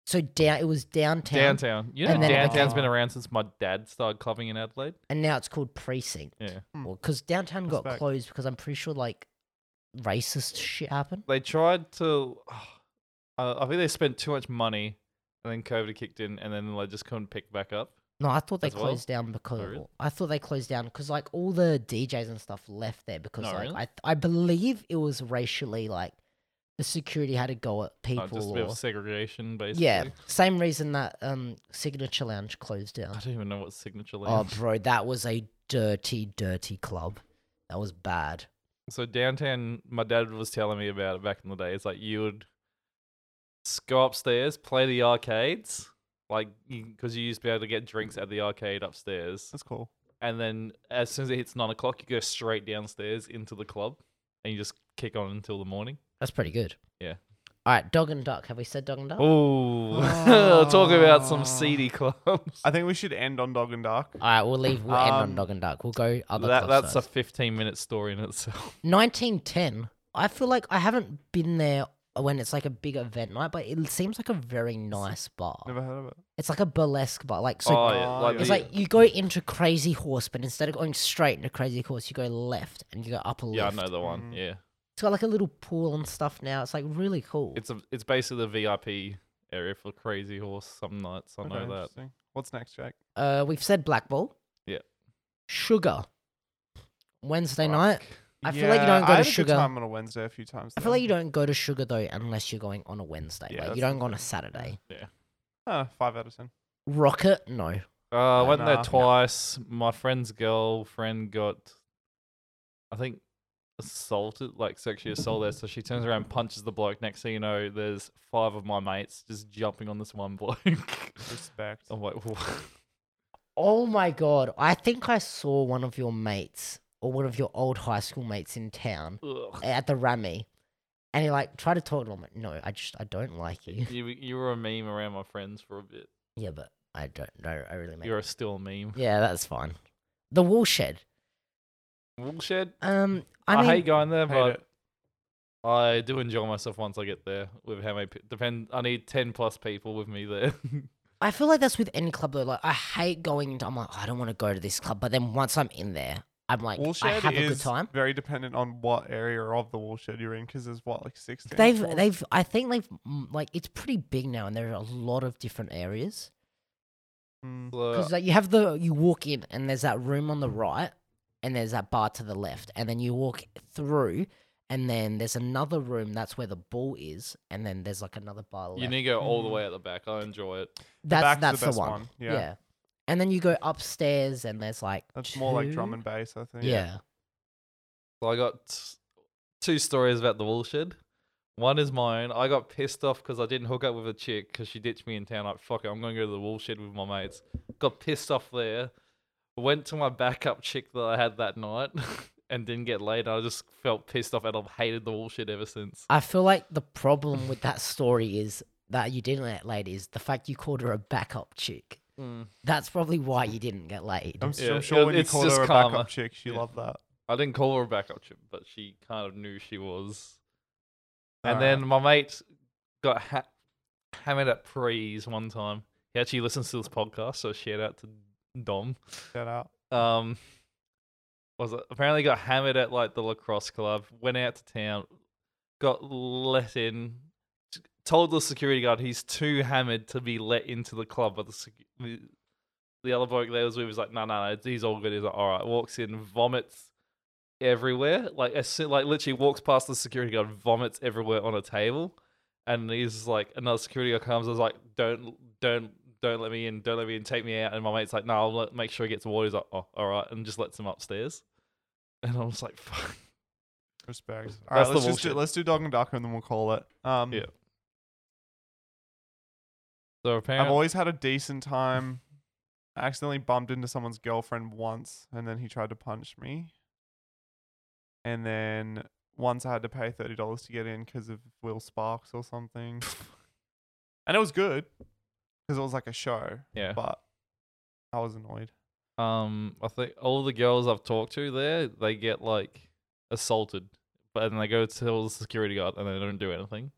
A: So down, it was downtown,
C: Downtown. You know,
A: And then it
C: downtown's been
B: became-
C: around since my dad started clubbing in Adelaide.
A: and now it's called precinct.
C: Yeah.
B: Hmm.
A: because downtown got
B: Respect.
A: closed because I'm pretty sure like racist shit happened.
C: They tried to. I I think they spent too much money, and then COVID kicked in, and then they just couldn't pick back up.
A: No, I thought they
C: As well? Oh,
A: closed down because
C: really?
A: I thought they closed down because like all
C: Oh,
A: the DJs and stuff left there because
C: No,
A: like
C: really?
A: I I believe it was racially like the security had to go at people.
C: Uh, just a
A: or,
C: bit of segregation, basically.
A: yeah, same reason that um Signature Lounge closed
C: I
A: down.
C: don't even know what signature
A: Oh,
C: lounge.
A: bro, that was a dirty, dirty club. That was bad.
C: so downtown, my dad was telling me about it back in the day. It's like you would s- go upstairs, play the arcades, like because you used to be able to get drinks at the arcade upstairs,
B: That's cool.
C: and then as soon as it hits nine o'clock, you go straight downstairs into the club, and you just kick on until the morning.
A: That's pretty good.
C: Yeah.
A: All right, dog and duck. Have we said dog and duck?
C: Oh, talk about
B: Oh.
C: some seedy clubs.
B: I think we should end on Dog and Dark.
A: All right, we'll leave. We'll end on
B: Um,
A: dog and duck. We'll go other.
C: That,
A: club
C: that's a
A: sites.
C: 15 minute story in itself.
A: 1910. I feel like I haven't been there when it's like a big event night, but it seems like a very nice bar.
B: Never heard of it.
A: It's like a burlesque bar. Like so,
C: oh, yeah.
B: Oh,
C: Like,
B: yeah.
A: it's
C: the-
A: like you go into Crazy Horse, but instead of going straight into Crazy Horse, you go left and you go up a
C: yeah, I
A: lift.
C: know the one.
B: Mm.
C: Yeah.
A: It's got like a little pool and stuff now. It's like really cool.
C: It's a it's basically the VIP area for Crazy Horse some nights. I
B: Okay,
C: know that.
B: interesting. What's next, Jack?
A: uh, we've said Black Ball.
C: Yeah.
A: Sugar. Wednesday
C: Fuck.
A: night. I feel like you don't go
B: I
A: to
B: had
A: Sugar.
B: A good time on a Wednesday a few times.
A: I feel like you don't go to Sugar though unless you're going on a Wednesday.
C: Yeah,
A: like
C: that's
A: you
C: the
A: don't go on a
C: thing.
A: Saturday.
C: Yeah.
B: Uh, five out of ten.
A: Rocket, no.
C: Uh, I went there
B: Nah.
C: twice. My friend's girlfriend got, I think, assaulted, like sexually assaulted. So she turns around, punches the bloke. Next thing you know, there's five of my mates just jumping on this one bloke.
B: Respect.
C: I'm like, "Wha-
A: Oh my god! I think I saw one of your mates or one of your old high school mates in town
C: ugh.
A: at the Rami, and he like tried to talk to him. like, No, I just I don't like you.
C: you you were a meme around my friends for a bit.
A: Yeah, but I don't know. I really make.
C: You're a still a meme.
A: Yeah, that's fine. The wool shed.
C: Woolshed.
A: Um,
C: I,
A: I mean,
C: hate going there,
B: Hate
C: but
B: it.
C: I do enjoy myself once I get there. With how many pe- depend, I need ten plus people with me there.
A: I feel like that's with any club though. Like I hate going into. I'm like I don't want to go to this club, but then once I'm in there, I'm like I
B: Woolshed
A: have a good
B: is
A: time.
B: very dependent on what area of the woolshed you're in, because there's what like sixteen.
A: They've
B: stores?
A: they've I think they've mm, like it's pretty big now, and there are a lot of different areas.
B: Mm.
A: Because
C: So,
A: like, you have the you walk in and there's that room on the right, and there's that bar to the left, and then you walk through, and then there's another room that's where the ball is, and then there's like another bar. Left.
C: you need to go all the way at the back. I enjoy it.
A: that's
B: back's the
A: that's the,
B: best
A: one.
B: one,
A: Yeah.
B: yeah.
A: and then you go upstairs, and there's like
B: That's more like drum
A: two-
B: and bass, I think.
A: yeah.
C: So I got two stories about the woolshed. One is mine. I got pissed off because I didn't hook up with a chick because she ditched me in town. Like, fuck it, I'm going to go to the woolshed with my mates. Got pissed off there. Went to my backup chick that I had that night and didn't get laid. I just felt pissed off and I've hated the woolshed ever since.
A: I feel like the problem with that story is that you didn't get laid is the fact you called her a backup chick. That's probably why you didn't get laid.
B: I'm, s- I'm
C: Yeah,
B: sure when you
C: it's
B: called
C: just
B: her a
C: karma.
B: backup chick, she
C: Yeah.
B: loved that.
C: I didn't call her a backup chick, but she kind of knew she was. and
B: Alright.
C: then my mate got ha- hammered at prees one time. He actually listens to this podcast, so shout out to Dom.
B: shout out.
C: Um, was it, apparently got hammered at like the lacrosse club. Went out to town, got let in. t- Told the security guard he's too hammered to be let into the club, but the sec- the, the other bloke there was with was like, no, no, no, he's all good. He's like, all right. Walks in, vomits everywhere. Like, as soon, like literally walks past the security guard, vomits everywhere on a table, and he's like, another security guard comes, and is like, don't, don't, don't let me in, don't let me in, take me out. And my mate's like, no, I'll let, make sure he gets water. He's like, oh, all right, and just lets him upstairs. And I was like, fuck.
B: Respect.
C: That's
B: All right,
C: the
B: let's just do,
C: bullshit.
B: let's do dog and duck, and then we'll call it. Um,
C: Yeah. So
B: I've
C: apparently,
B: always had a decent time. I accidentally bumped into someone's girlfriend once, and then he tried to punch me. And then once I had to pay thirty dollars to get in because of Will Sparks or something, and it was good because it was like a show.
C: yeah.
B: But I was annoyed.
C: Um, I think all the girls I've talked to there, they get like assaulted, but then they go tell the security guard and they don't do anything.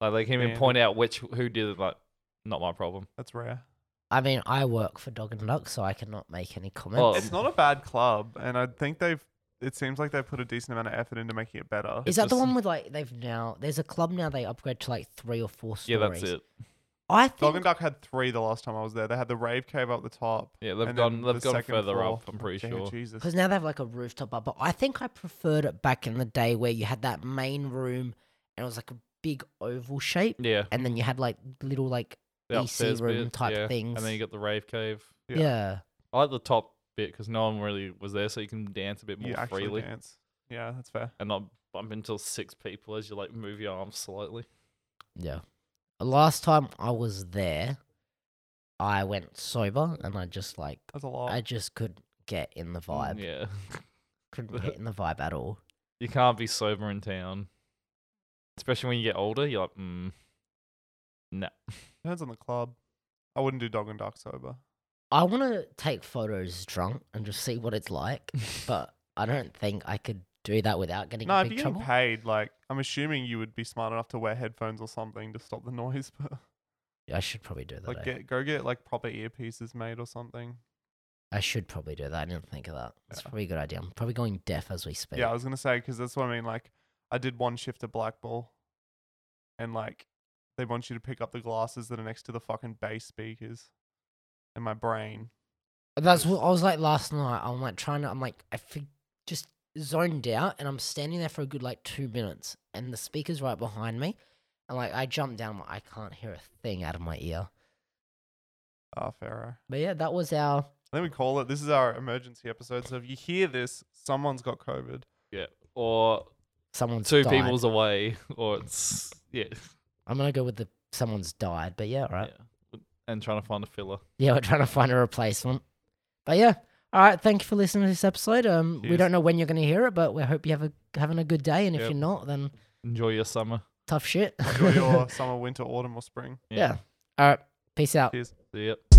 C: Like they can't even
B: Yeah.
C: point out which who did it. Like, not my problem.
B: That's rare.
A: I mean, I work for Dog and Duck, so I cannot make any comments.
C: Oh,
B: It's not a bad club, and I think they've. It seems like they put a decent amount of effort into making it better.
A: Is
C: It's
A: that the
C: just-
A: one with like they've now? There's a club now they upgrade to like three or four
C: Yeah,
A: stories.
C: that's it.
A: I
B: Dog
A: think
B: and Duck had three the last time I was there. They had the rave cave up the top.
C: Yeah, they've
B: and
C: gone
B: then
C: they've
B: the
C: gone
B: second
C: further
B: floor.
C: up. I'm pretty
B: Yeah,
C: sure.
B: Jesus.
A: because now they have like a rooftop bar, but I think I preferred it back in the day where you had that main room and it was like a big oval shape,
C: Yeah.
A: and then you had like little like
C: The
A: EC
C: upstairs
A: room
C: bit,
A: type
C: yeah. And then
A: things.
C: you got the rave cave.
A: yeah.
B: Yeah.
C: I like the top bit because no one really was there, so you can dance a bit more
B: You actually
C: freely
B: dance. Yeah, that's fair.
C: and not bump into six people as you like move your arms slightly.
A: Yeah. Last time I was there, I went sober and I just like
B: That's a lot.
A: I just couldn't get in the
C: Oh. Mm,
A: vibe.
C: Yeah.
A: Couldn't get in the vibe at all.
C: you can't be sober in town, especially when you get older. You're like, mm, no.
B: Depends on the club. I wouldn't do dog and duck sober.
A: I want to take photos drunk and just see what it's like, but I don't think I could do that without getting
B: No,
A: in
B: if
A: big
B: you're getting
A: trouble.
B: paid, like I'm assuming you would be smart enough to wear headphones or something to stop the noise. But
A: I should probably do that. eh?
B: like, get go get like proper earpieces made or something.
A: I should probably do that. I didn't think of that. It's
B: Yeah.
A: probably a good idea. I'm probably going deaf as we speak.
B: Yeah, I was gonna say because that's what I mean. Like, I did one shift at Black Bull, and like they want you to pick up the glasses that are next to the fucking bass speakers. And my brain,
A: That's what I was like last night. I'm like trying to. I'm like I fig- just zoned out, and I'm standing there for a good like two minutes, and the speaker's right behind me, and like I jump down. I'm like, I can't hear a thing out of my ear.
B: ah, Pharaoh.
A: But yeah, that was our.
B: Then we call it. This is our emergency episode. So if you hear this, someone's got COVID.
C: Or
A: Someone's
C: two
A: died.
C: people's away, or it's yeah,
A: I'm gonna go with the someone's died. But yeah, all right.
C: yeah. and trying to find a filler.
A: Yeah, we're trying to find a replacement. But yeah, all right. Thank you for listening to this episode. Um, we
B: Cheers.
A: don't know when you're gonna hear it, but we hope you have a having a good day. And if
C: Yep.
A: you're not, then
C: Enjoy your summer.
A: tough shit.
B: Enjoy your summer, winter, autumn, or spring.
A: yeah. All right. Peace out.
B: Cheers.
C: Yep.